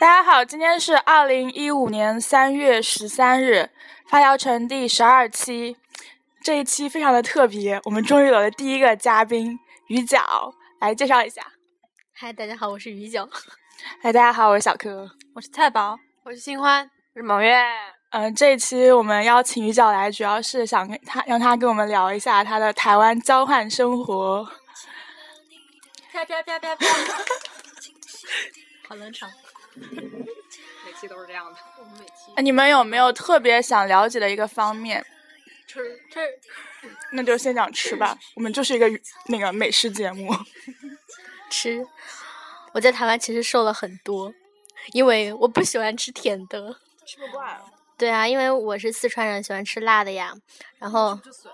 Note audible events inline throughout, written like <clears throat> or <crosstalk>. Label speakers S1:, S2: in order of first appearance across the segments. S1: 大家好，今天是二零一五年三月十三日，发条城第十二期。这一期非常的特别，我们终于有了第一个嘉宾鱼角，来介绍一下。
S2: 嗨，大家好，我是鱼角，
S1: 嗨，大家好，我是小柯。
S3: 我是菜宝，
S2: 我是新欢，
S3: 我是蒙月。
S1: 嗯、这一期我们邀请鱼角来，主要是想跟他让他跟我们聊一下他的台湾交换生活。
S3: 啪啪啪啪啪！
S2: 好冷场。
S3: 每期都是这样的。我们每期
S1: 哎你们有没有特别想了解的一个方面？
S3: 吃吃
S1: 那就先讲吃吧，我们就是一个那个美食节目。
S2: 吃，我在台湾其实瘦了很多，因为我不喜欢吃甜的。
S3: 吃不惯，
S2: 对啊，因为我是四川人，喜欢吃辣的呀。然后
S3: 就损。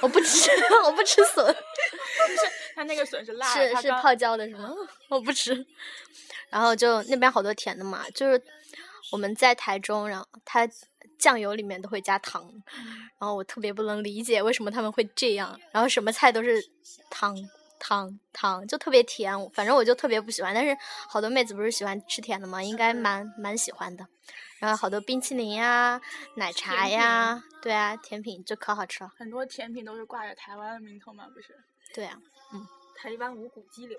S2: 我不吃， <laughs> 我不吃笋，
S1: 它那个笋是辣
S2: 是是泡椒的是吗？ <laughs> 我不吃。然后就那边好多甜的嘛，就是我们在台中，然后它酱油里面都会加糖，然后我特别不能理解为什么他们会这样，然后什么菜都是糖糖糖，就特别甜，反正我就特别不喜欢。但是好多妹子不是喜欢吃甜的吗？应该蛮蛮喜欢的。然后好多冰淇淋呀、奶茶呀，对啊，甜品就可好吃了。
S1: 很多甜品都是挂着台湾的名头嘛，不是？
S2: 对啊，
S3: 台湾五谷鸡柳。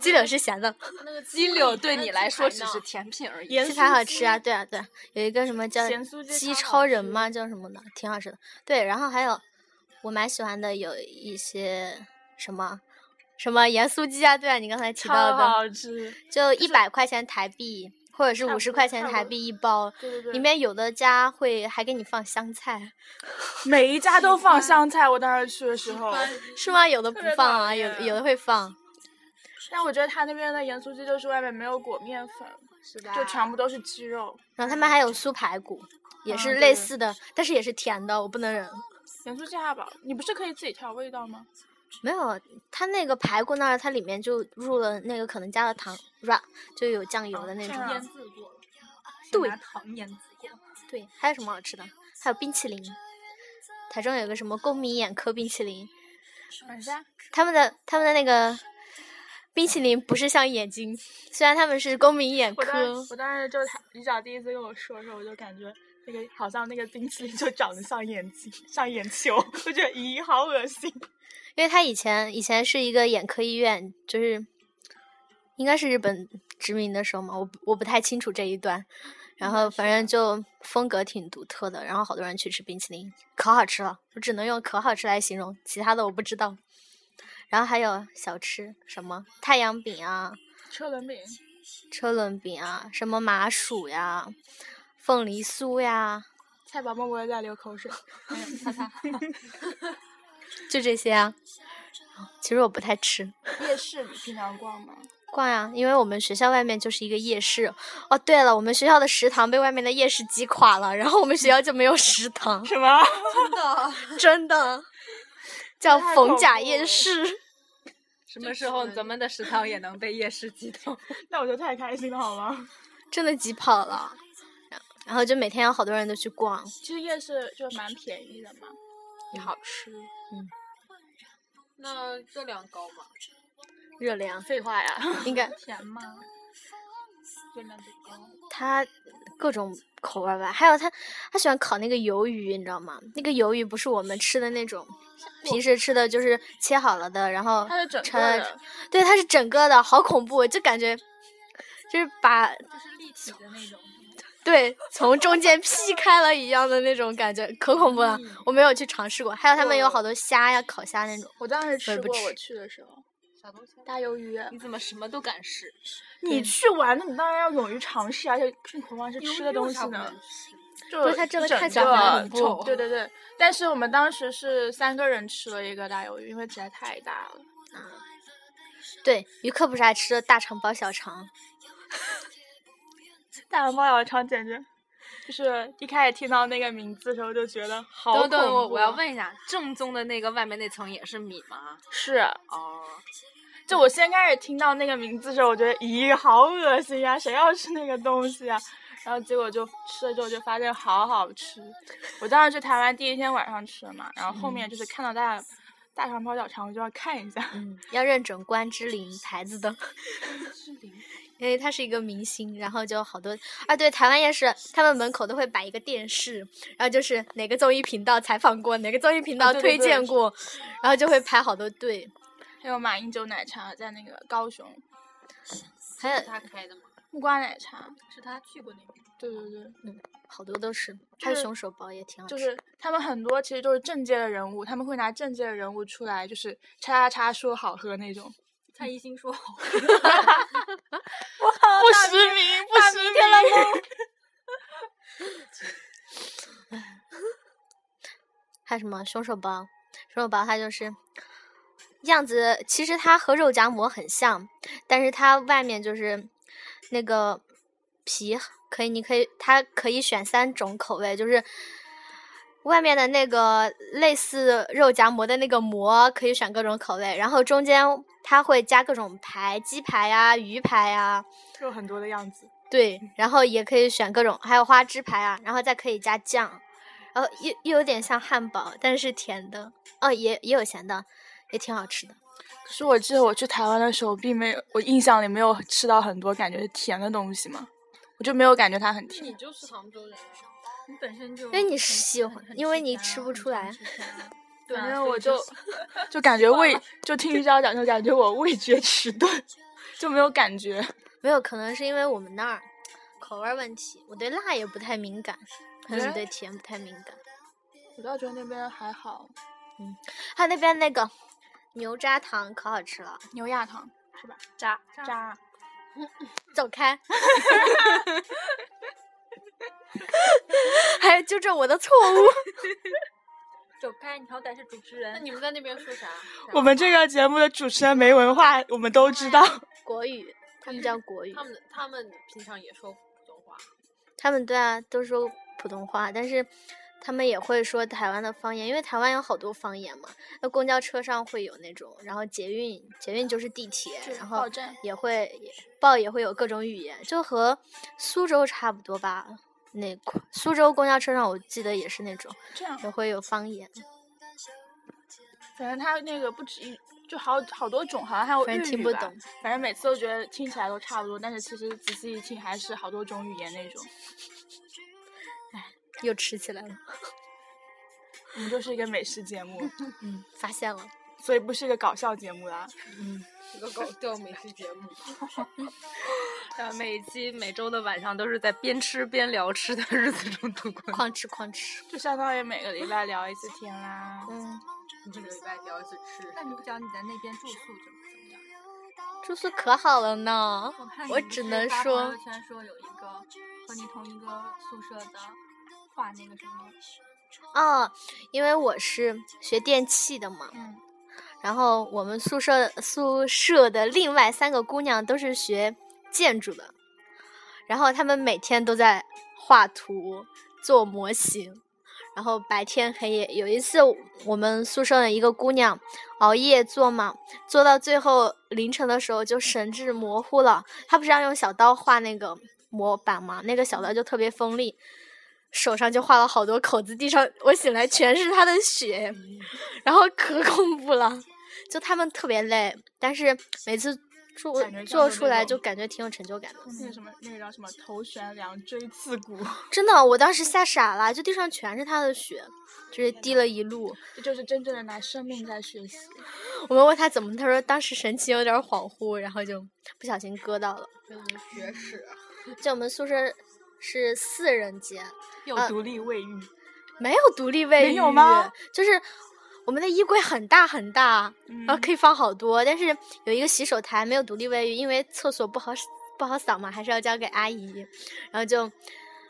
S2: 鸡柳是咸的，
S3: 那
S2: <laughs>
S3: 个
S4: 鸡柳
S1: <laughs>
S4: 对你来说只是甜品而已。
S1: 盐
S2: 其实还好吃啊，对啊对啊，有一个什么叫
S1: 咸酥鸡
S2: 鸡
S1: 超
S2: 超
S1: 好
S2: 人
S1: 吃
S2: 嘛，叫什么的，挺好吃的。对，然后还有我蛮喜欢的有一些什么什么盐酥鸡啊，对啊，你刚才提到
S1: 超
S2: 的，
S1: 好吃。
S2: 就一百块钱台币或者是
S1: 差
S2: 五
S1: 不
S2: 十
S1: 多
S2: 块
S1: 差
S2: 钱
S1: 不
S2: 台
S1: 多
S2: 币一包，
S1: 对对对，
S2: 里面有的家会还给你放香菜，
S1: 每一家都放香菜，我当时去的时候，
S2: <laughs> 是吗？有的不
S1: 哦别
S2: 放
S1: 讨
S2: 啊，有的有
S1: 厌
S2: 的会放，
S1: 但我觉得他那边的盐酥鸡就是外面没有裹面粉，
S3: 是吧
S1: 就全部都是嗯鸡肉。
S2: 啊
S1: 嗯
S2: 然后他们还有酥排骨，也
S1: 啊
S2: 是
S1: 对
S2: 类似的，但是也是甜的，我不能忍。
S1: 盐酥鸡汉堡，你不是可以自己调味道吗？
S2: 没有，它那个排骨那儿，它里面就入了那个可能加了糖软，就有酱油的那
S1: 哦这
S2: 种。
S1: 样
S2: 啊
S1: 啊
S3: 腌制过了，
S2: 对
S3: 拿糖腌制过。
S2: 对，还有什么好吃的？还有冰淇淋，台中有个什么公民眼科冰淇淋，
S1: 等一下，
S2: 他们的他们的那个冰淇淋不是像眼睛，虽然他们是公民眼
S1: 我当
S2: 科
S1: 时，我当时就是他李角第一次跟我说的时候，我就感觉那个好像那个冰淇淋就长得像眼睛，像眼球，我觉得咦，好恶心。
S2: 因为他以前以前是一个眼科医院，就是应该是日本殖民的时候嘛，我不我不太清楚这一段。然后反正就风格挺独特的，然后好多人去吃冰淇淋，可好吃了，我只能用可好吃来形容，其他的我不知道。然后还有小吃，什么太阳饼啊、
S1: 车轮饼，
S2: 车轮饼啊、什么麻薯呀、凤梨酥呀，
S1: 菜宝默默的在流口水。
S2: 就这些啊。其实我不太吃，
S1: 夜市你平常逛吗？
S2: 逛呀、啊因为我们学校外面就是一个夜市。哦，对了，我们学校的食堂被外面的夜市挤垮了，然后我们学校就没有食
S1: <laughs>，
S2: 堂 <laughs>
S1: 什么？
S3: 真的？
S2: 真的叫
S1: 太
S2: 逢
S1: 恐
S2: 甲
S1: 怖
S2: 夜
S1: 了
S2: 市。
S3: 什
S4: <laughs> 什么时候咱们的食堂也能被夜市击倒？
S3: <laughs>
S1: 那我就太开心了，好吗？
S2: 真的挤跑了，然后就每天有好多人都去逛。
S1: 其实夜市就蛮便宜的嘛，也好吃。嗯
S3: 那热量高吗？
S2: 热量
S1: 废话呀，
S2: 应该
S1: 甜吗？热量不高。
S2: 他各种口味儿吧，还有他他喜欢烤那个鱿鱼，你知道吗？那个鱿鱼不是我们吃的那种，平时吃的就是切好了的，然后
S1: 它是整个
S2: 盛
S1: 的，
S2: 对，它是整个的，好恐怖，就感觉就是把
S3: 就是立体的那种。
S2: 对从中间劈开了一样的那种感觉，可恐怖
S1: 嗯
S2: 了。我没有去尝试过，还有他们有好多虾呀，烤虾那种。
S1: 我当时
S2: 我
S1: 吃
S2: 也不
S1: 过，
S2: 吃
S1: 我去的时候，
S3: 啥东西啊？
S1: 大鱿鱼。
S4: 你怎么什么都敢试？
S1: 你去玩，那你当然要勇于尝试，啊而且更何况是吃的东西呢？就
S2: 不是它真的
S1: 整
S2: 看起
S1: 个
S2: 来很
S4: 恐怖
S1: 对对对，但是我们当时是三个人吃了一个大鱿鱼，因为实在太大了。
S2: 对，于克不是还吃了大肠包小肠，
S1: 大肠包小肠简直就是一开始听到那个名字的时候就觉得好
S4: 等等，
S1: 恐
S4: 我
S1: 怖啊
S4: 我要问一下，正宗的那个外面那层也是米吗？
S1: 是，
S4: 哦，
S1: 就我先开始听到那个名字的时候，我觉得咦，好恶心呀、谁要吃那个东西啊？然后结果就吃了之后就发现好好吃。我当时去台湾第一天晚上吃的嘛，然后后面就是看到大、大肠包小肠，我就要看一下。
S2: 嗯，要认准关之琳牌子的， <laughs> 因为他是一个明星，然后就好多啊，对，台湾也是，他们门口都会摆一个电视，然后就是哪个综艺频道采访过，哪个综艺频道
S1: 啊对对
S2: 推
S1: 对
S2: 荐过，然后就会排好多队。
S1: <laughs> 还有马英九奶茶在那个高雄，
S2: 还有
S3: 他开的吗？
S1: 木瓜奶茶，
S3: 是他去过那边。
S1: 对对对，
S2: 好多都是，他的
S1: 是
S2: 熊手包也挺好吃。
S1: 啊就是他们很多其实都是政界的人物，他们会拿政界的人物出来，就是叉叉叉说好喝那 <laughs> 种，嗯
S3: 蔡一兴说好，
S1: <laughs> 不实名，不实名。
S2: 还有什么熊手包？熊手包它就是样子，其实它和肉夹馍很像，但是它外面就是那个皮可以，你可以它可以选三种口味，就是外面的那个类似肉夹馍的那个馍可以选各种口味，然后中间它会加各种排，鸡排呀、鱼排呀、
S1: <laughs> 有很多的样子，
S2: 对，然后也可以选各种，还有花枝排啊，然后再可以加酱，然后又又有点像汉堡，但是甜的，哦，也也有咸的，也挺好吃的。
S1: 可是我记得我去台湾的时候，并没有，我印象里没有吃到很多感觉是甜的东西嘛，我就没有感觉它很
S3: 你
S1: 甜。
S3: 就是杭州人，你本身就因
S2: 为你是喜欢因为你
S4: 啊
S2: 吃不
S1: <laughs>
S2: 出来
S1: 对
S3: 啊
S1: 反正
S3: 所以
S1: 我
S3: 就
S1: 就就
S4: <laughs>
S1: 感觉 <laughs> 味，就听玉娇讲，就感觉我味觉迟钝，就没有感觉。
S2: 没有，可能是因为我们那儿口味儿问题，我对辣也不太敏感，可能你
S1: 哎
S2: 对甜不太敏感。
S1: 我倒觉得那边还好，
S2: 还有那边那个牛轧糖可好吃了，
S1: 牛轧糖是吧？
S3: 渣
S1: 渣。
S2: 走 <laughs> 开。还有纠正我的错误。
S3: 走开，你好歹是主持
S1: 嗯
S3: 人。那你们在那边说啥？
S1: 我们这个节目的主持人没文化，我们都知道。
S2: 国语，他们叫 <laughs> 国语。
S3: 他们他们平常也说普通话，
S2: 他们对啊，都说普通话，但是他们也会说台湾的方言，因为台湾有好多方言嘛。那公交车上会有那种，然后捷运，捷运就是地铁，
S1: 就是
S2: 然
S1: 报
S2: 后
S1: 站
S2: 也会也报也会有各种语言，就和苏州差不多吧。那块苏州公交车上，我记得也是那种，
S1: 这样，
S2: 也会有方言，
S1: 反正它那个不止一，就好好多种，好像还有
S2: 反
S1: 日
S2: 正
S1: 语
S2: 听不
S1: 吧
S2: 懂。。
S1: 反正每次都觉得听起来都差不多，但是其实仔细一听还是好多种语言那种。
S2: 又吃起来了，
S1: 我们就是一个美食节目，
S2: 嗯，发现了。
S1: 所以不是一个搞笑节目啦。
S3: 是个
S4: <laughs>
S3: 搞笑美食节目。
S4: 每一期每周的晚上都是在边吃边聊吃的日子中度过。
S2: 哐吃哐
S5: <laughs>
S2: 吃，
S1: 就相当于每个礼拜聊一次天啦。
S2: 嗯，
S3: 你这个礼拜聊一次吃，
S4: 那你不讲你在那边住宿怎么怎么样？
S2: 住宿可好了呢，
S5: 看
S2: 我
S5: 你不
S2: 只
S5: 是
S2: 能
S5: 发
S2: 说
S5: 朋友圈说有一个和你同一个宿舍的画那个什么，
S2: 哦，因为我是学电气的嘛，
S1: 嗯，
S2: 然后我们宿舍宿舍的另外三个姑娘都是学建筑的，然后她们每天都在画图、做模型，然后白天黑夜。有一次，我们宿舍的一个姑娘熬夜做嘛，做到最后凌晨的时候就神志模糊了。她不是要用小刀画那个模板嘛，那个小刀就特别锋利。手上就画了好多口子，地上我醒来全是她的血，然后可恐怖了，就他们特别累，但是每次做
S1: 感觉像
S2: 做
S1: 是
S2: 出
S1: 那
S2: 来
S1: 种
S2: 就感觉挺有成就感的。
S1: 那个什么，那个叫什么头悬梁锥刺股，
S2: 真的，我当时吓傻了，就地上全是他的血，就是滴了一路。
S1: 这就是真正的拿生命在学习。
S2: 我们问他怎么，他说当时神情有点恍惚，然后就不小心割到了。
S3: 跟你们学史，
S2: 就我们宿舍是四人间，
S1: 有
S4: 呃
S5: 哦
S1: 独立卫浴，
S2: 没有独立卫浴，
S1: 没有吗？
S2: 就是我们的衣柜很大很大，
S1: 嗯
S2: 然哦后可以放好多，但是有一个洗手台，没有独立卫浴，因为厕所不好不好扫嘛，还是要交给阿姨。然后就，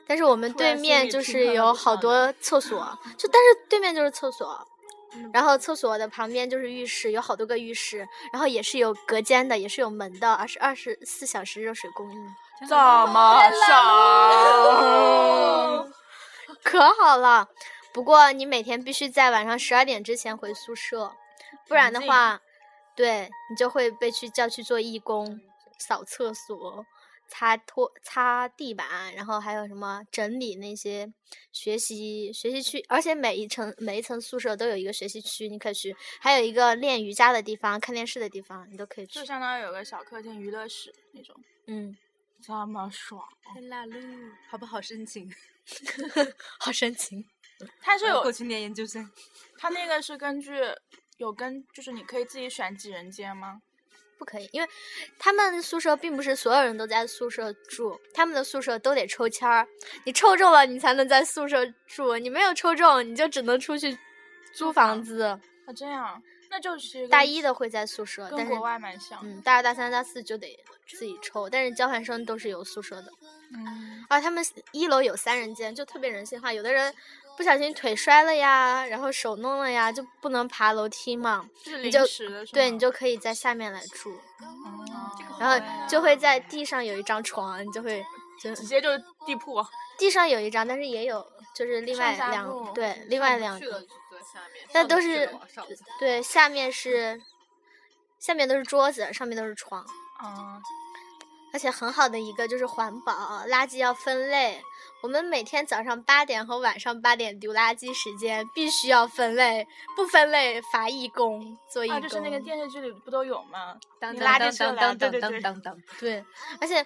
S2: 但是我们
S1: 突然
S2: 对
S1: 心
S2: 面
S1: 里
S2: 就
S1: 平
S2: 是
S1: 衡了
S2: 有
S1: 不
S2: 好
S1: 少
S2: 多厕所，就但是对面就是厕所。
S1: 嗯
S2: 然后厕所的旁边就是浴室，有好多个浴室，然后也是有隔间的，也是有门的，而是二十四小时热水供应。
S1: 怎么上？
S2: 可好了。不过你每天必须在晚上十二点之前回宿舍，不然的话，对你就会被去叫去做义工，扫厕所、擦拖、擦地板，然后还有什么整理那些学习学习区，而且每一层每一层宿舍都有一个学习区，你可以去，还有一个练瑜伽的地方、看电视的地方，你都可以去
S1: 就。相当于有个小客厅、娱乐室那种。
S2: 嗯，
S1: 这么爽。
S4: 太辣了，好不好申请？
S2: 好深情。
S1: 它是有
S4: 过去念研究生。
S1: 它那个是根据有跟就是你可以自己选几人间吗？
S2: 不可以，因为他们宿舍并不是所有人都在宿舍住，他们的宿舍都得抽签儿，你抽中了你才能在宿舍住，你没有抽中你就只能出去租房子。
S1: 啊，这样，那就是
S2: 大
S1: 跟
S2: 一的会在宿舍，但
S1: 跟
S2: 是
S1: 国外蛮像。
S2: 嗯，大二、大三、大四就得自己抽，但是交换生都是有宿舍的。
S1: 嗯，
S2: 啊，他们一楼有三人间，就特别人性化。有的人不小心腿摔了呀，然后手弄了呀，就不能爬楼梯嘛，
S1: 就是
S2: 你就
S1: 临时的是吗，
S2: 对你就可以在下面来住，
S1: 哦
S2: 然后就会在地上有一张床，你就会就
S1: 直接就是地铺。啊
S2: 地上有一张，但是也有就是另
S1: 上
S2: 外
S1: 下
S2: 两
S1: 铺
S2: 对另外两
S3: 去了
S2: 个，
S3: 就坐下面，
S2: 那
S3: 上
S2: 都
S3: 不去
S2: 是
S3: 了往上走
S2: 对下面是下面都是桌子，上面都是床，
S1: 嗯，
S2: 而且很好的一个就是环保，垃圾要分类。我们每天早上八点和晚上八点丢垃圾时间必须要分类，不分类罚义工，做义工。
S1: 啊，就是那个电视剧里不都有吗？
S4: 当
S1: 你
S4: 当
S1: 拉着
S4: 当
S1: 车
S4: 当
S1: 来
S4: 当
S1: 对
S4: 当
S1: 对对
S4: 当当
S2: 对，而且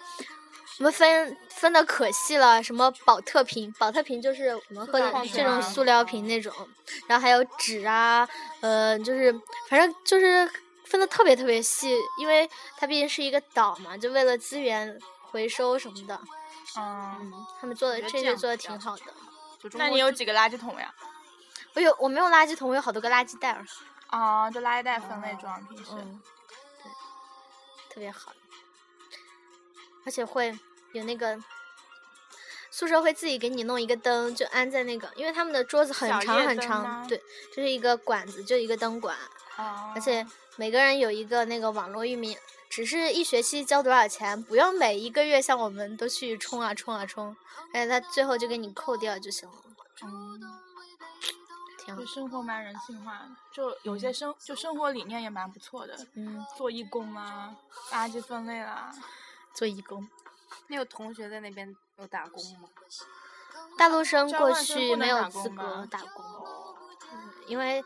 S2: 我们分分的可细了，什么保特瓶，保特瓶就是我们喝的
S1: 料瓶
S2: 这种
S1: 啊
S2: 塑料瓶那种，然后还有纸啊，呃，就是反正就是分的特别特别细，因为它毕竟是一个岛嘛，就为了资源回收什么的，
S1: 嗯，
S2: 嗯，他们做的
S4: 觉得
S2: 这
S4: 这
S2: 些
S4: 样
S2: 做的
S4: 比较
S2: 挺好的。
S4: 就中
S1: 那
S4: 国
S1: 你有
S4: 就
S1: 几个垃圾桶呀？
S2: 我有我没有垃圾桶，我有好多个垃圾袋儿，
S1: 啊，就垃圾袋分类装，平时。
S2: 嗯，对，特别好，而且会有那个宿舍会自己给你弄一个灯，就安在那个，因为他们的桌子很
S1: 小
S2: 长
S1: 夜
S2: 很
S1: 灯
S2: 长
S1: 吗，
S2: 对，就是一个管子，就一个灯管，
S1: 啊，
S2: 而且每个人有一个那个网络域名，只是一学期交多少钱，不用每一个月像我们都去充啊充啊充，而且他最后就给你扣掉就行了，挺好
S1: 就，生活蛮人性化的，就有些生就生活理念也蛮不错的，
S2: 嗯，
S1: 做义工啊，垃圾分类啊啦、
S2: 做义工。
S4: 你有同学在那边有打工吗？
S2: 大陆生
S1: 交
S2: 过
S1: 换生
S2: 去
S1: 不
S2: 没
S1: 能
S2: 有
S1: 打
S2: 资
S1: 工
S2: 格
S1: 吗
S2: 打工，嗯因为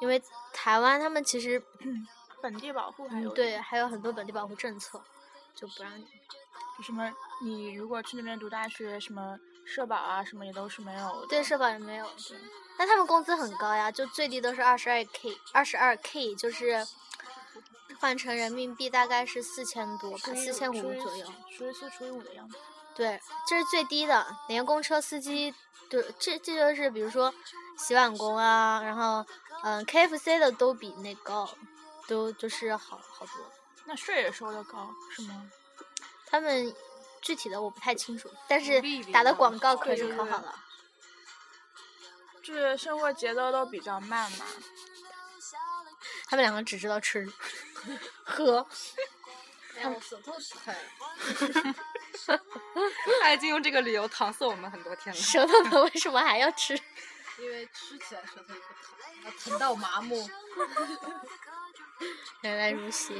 S2: 因为台湾他们其实
S1: 本地保护还
S2: 嗯
S1: 有、
S2: 对还有很多本地保护政策，就不让你
S1: 什么，你如果去那边读大学，什么社保啊什么也都是没有的。
S2: 对社保也没有。对，但他们工资很高呀，就最低都是二十二 k，二十二 k 就是换成人民币大概是四千多吧，
S1: 除以
S2: 四千
S1: 除
S2: 五
S1: 以
S2: 左右。
S1: 除以四除以五的样子。
S2: 对，这是最低的，连公车司机，对，这这就是比如说洗碗工啊，然后嗯、KFC 的都比那高，都就是好好多。
S1: 那税也收的高是吗？
S2: 他们具体的我不太清楚，但是
S4: 利率
S2: 打的
S4: 高
S2: 广告可
S1: 对
S2: 是
S1: 对
S2: 可
S1: 对
S2: 好了。
S1: 就是生活节奏都比较慢嘛。
S2: 他们两个只知道吃喝，
S3: 哎我舌头疼，
S4: <laughs> 他已经用这个理由搪塞我们很多天了。
S2: 舌头疼为什么还要吃？
S3: 因为吃起来舌头也不疼，要疼到麻木。
S2: 原来如此。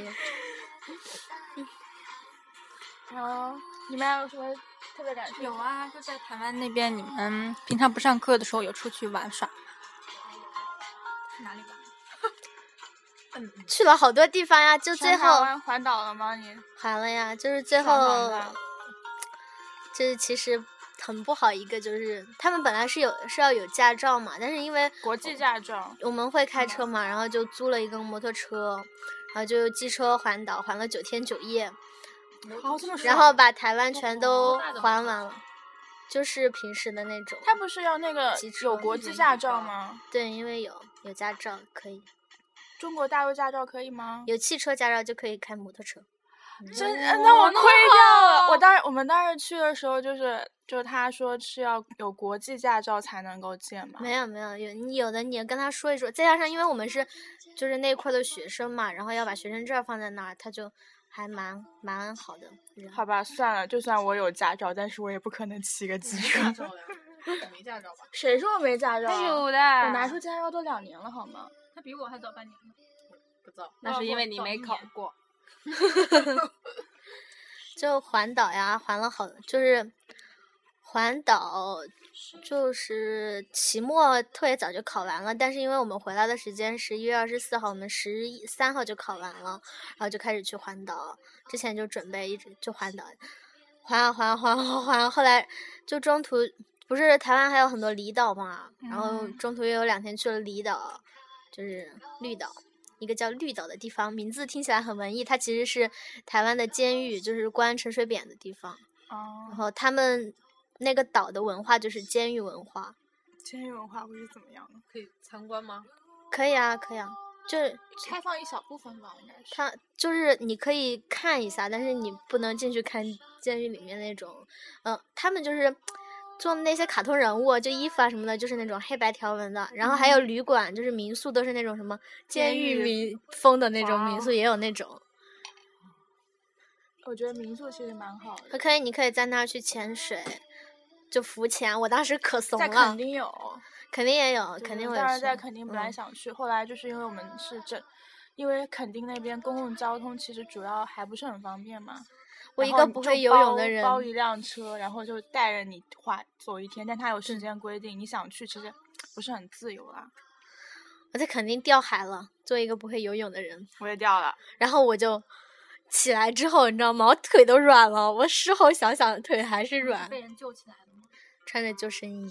S1: 然后你们还有什么特别感兴趣？
S3: 有啊，就在台湾那边，你们平常不上课的时候有出去玩耍？哪里玩？
S2: 去了好多地方呀，就
S1: 全
S2: 最
S1: 台
S2: 后
S1: 湾环岛了吗？你
S2: 还了呀，就是最
S1: 爽爽
S2: 后
S1: 的
S2: 就是其实很不好一个，就是他们本来是有是要有驾照嘛，但是因为
S1: 国际驾照，
S2: 我们会开车嘛，然后就租了一个摩托车，然后就机车环岛环了九天九夜，
S1: 哦，这么
S2: 然
S1: 爽
S2: 后把台湾全都
S3: 多大的摩
S2: 环
S3: 托
S2: 完了，就是平时的那种。
S1: 他不是要那个
S2: 机车
S1: 有国际驾照吗？
S2: 对，因为有有驾照可以，
S1: 中国大陆驾照可以吗？
S2: 有汽车驾照就可以开摩托车。
S3: 嗯
S1: 真、呃那啊我亏掉了。
S3: <laughs>
S1: 我当时我们当时去的时候，就是就是他说是要有国际驾照才能够见嘛。
S2: 没有没有，有你有的你也跟他说一说，再加上因为我们是就是那块的学生嘛，然后要把学生证儿放在那儿，他就还蛮蛮好的。人
S1: 好吧，算了，就算我有驾照，但是我也不可能骑个机车。
S3: 照呀，没驾照吧？
S1: 嗯谁说我没驾照啊？
S4: 有哎的，
S1: 我拿出驾照都两年了，好吗？
S3: 他比我还早半年呢。不哦早，
S4: 那是因为你没考过。
S2: 就环岛呀，环了好，就是环岛就是期末特别早就考完了，但是因为我们回来的时间十一月二十四号，我们十一三号就考完了，然后就开始去环岛，之前就准备一直就环岛，环啊环啊环啊环啊，后来就中途不是台湾还有很多离岛嘛，然后
S3: 嗯
S2: 中途也有两天去了离岛，就是绿岛。一个叫绿岛的地方，名字听起来很文艺，它其实是台湾的监狱，就是关陈水扁的地方。然
S1: 哦，
S2: 后他们那个岛的文化就是监狱文化，
S1: 监狱文化会是怎么样的？
S4: 可以参观吗？
S2: 可以啊，可以啊，就是
S1: 开放一小部分吧，应该是。
S2: 它就是你可以看一下，但是你不能进去看监狱里面那种，嗯、他们就是做的那些卡通人物，就衣服啊什么的，就是那种黑白条纹的，然后还
S1: 嗯
S2: 有旅馆，就是民宿都是那种什么监
S4: 监
S2: 狱
S4: 狱
S2: 民风的那种
S4: 哇
S2: 民
S4: 哦
S2: 宿，也有那种。
S1: 我觉得民宿其实蛮好的，
S2: 可以，你可以在那儿去潜水，就浮潜。我当时可怂
S1: 在
S2: 了，
S1: 肯定有，
S2: 肯定也有，肯
S1: 对
S2: 定
S1: 我
S2: 会
S1: 当时
S2: 去
S1: 在垦丁本来
S2: 嗯
S1: 想去，后来就是因为我们是整，因为垦丁那边公共交通其实主要还不是很方便嘛。
S2: 我
S1: 然
S2: 一
S1: 后
S2: 个
S1: 你
S2: 不
S1: 就
S2: 会游泳
S1: 包
S2: 的人
S1: 包一辆车，然后就带着你滑走一天，但它有时间规定，你想去其实不是很自由啦。
S2: 我在肯定掉海了，作为一个不会游泳的人，
S1: 我也掉了，
S2: 然后我就起来之后，你知道吗？我腿都软了，我事后想想腿还是软，
S1: 嗯
S5: 被人救起来了吗？
S2: 穿着救生衣，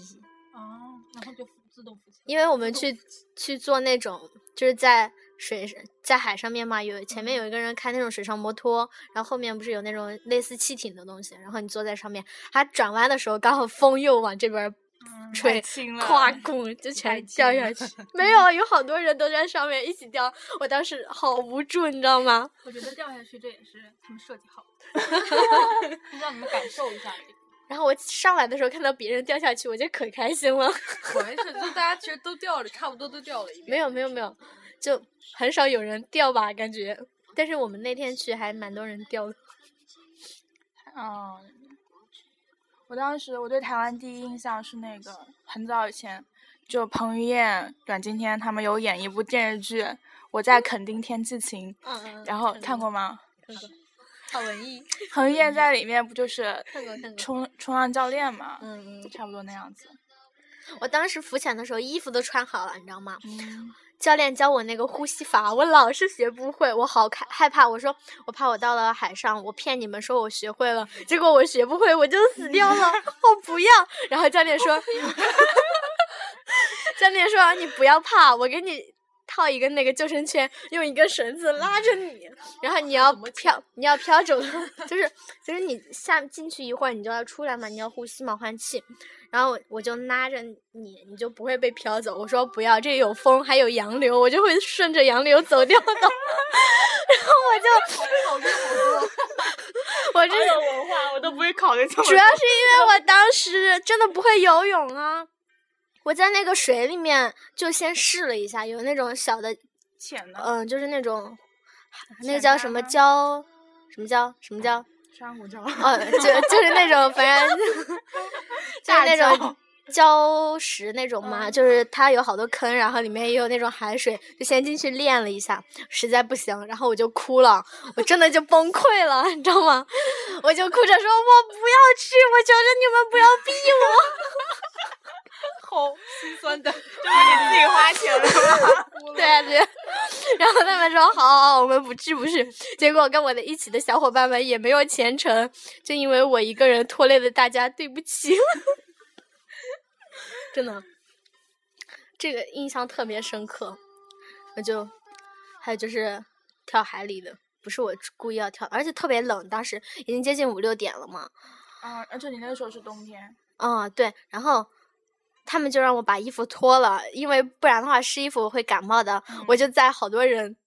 S5: 哦，然后就浮自动浮起来。
S2: 因为我们去去做那种就是在。水上在海上面嘛，有前
S1: 嗯
S2: 面有一个人开那种水上摩托，然后后面不是有那种类似汽艇的东西，然后你坐在上面，它转弯的时候刚好风又往这边儿吹
S1: 嗯太，轻了，
S2: 夸拱就全掉
S1: <laughs>
S2: 下去。没有，有好多人都在上面一起掉，我当时好无助，你知道吗？
S5: 我觉得掉下去这也是他们设计好的，
S4: <laughs>
S5: 让你们感受一下这个。
S2: 然后我上来的时候看到别人掉下去，我就可开心了。 <laughs>
S4: 我没事，就大家其实都掉了，差不多都掉了一遍。
S2: 没有没有没有，就很少有人掉吧，感觉。但是我们那天去还蛮多人掉的。
S1: 嗯，我当时我对台湾第一印象是那个很早以前，就彭于晏、阮经天他们有演一部电视剧《我在垦丁天气晴》，
S2: 嗯
S1: 然后看过吗？
S2: 好文艺，
S1: 彭于晏在里面不
S2: <laughs>
S1: 就是
S2: 看过看过。
S1: 冲冲浪教练嘛，
S2: 嗯，嗯
S1: 差不多那样子。
S2: 我当时浮潜的时候衣服都穿好了，你知道吗？教练教我那个呼吸法，我老是学不会，我好害害怕。我说我怕我到了海上，我骗你们说我学会了，结果我学不会，我就死掉了，我不要。然后教练说， <laughs> 教练说啊你不要怕，我给你套一个那个救生圈，用一根绳子拉着你，然后你要漂，你要漂走， <laughs> 就是就是你下进去一会儿，你就要出来嘛，你要呼吸嘛，换气。然后我我就拉着你，你就不会被飘走。我说不要，这里有风，还有洋流，我就会顺着洋流走掉的。 <laughs> 然后我就， <laughs> 我这
S1: 有文化，我都不会考虑这
S2: <laughs> 主要是因为我当时真的不会游泳啊。我在那个水里面就先试了一下，有那种小的，
S1: 浅的
S2: 嗯、就是那种，那个
S1: 浅
S2: 叫
S1: 滩
S2: 什么
S1: 吗
S2: 礁，什么礁，什么礁，
S1: 珊瑚礁。
S2: 哦，就就是那种，反正就是那种礁石那种嘛，就是它有好多坑，然后里面也有那种海水，就先进去练了一下，实在不行，然后我就哭了，我真的就崩溃了，你知道吗？我就哭着说：“我不要去，我求求你们不要逼我。
S4: 心酸 <laughs> 的，
S1: 你自己花钱了。”
S2: <laughs> 对啊，对啊。然后他们说：“好好，好我们不去，不去。”结果跟我的一起的小伙伴们也没有前程，就因为我一个人拖累了大家，对不起。 <laughs> 真的，这个印象特别深刻。我就还有就是跳海里的，不是我故意要跳，而且特别冷，当时已经接近五六点了嘛。
S1: <laughs> 啊，而且你那个时候是冬天，
S2: 嗯，对，然后他们就让我把衣服脱了，因为不然的话湿衣服我会感冒的。我就在好多人，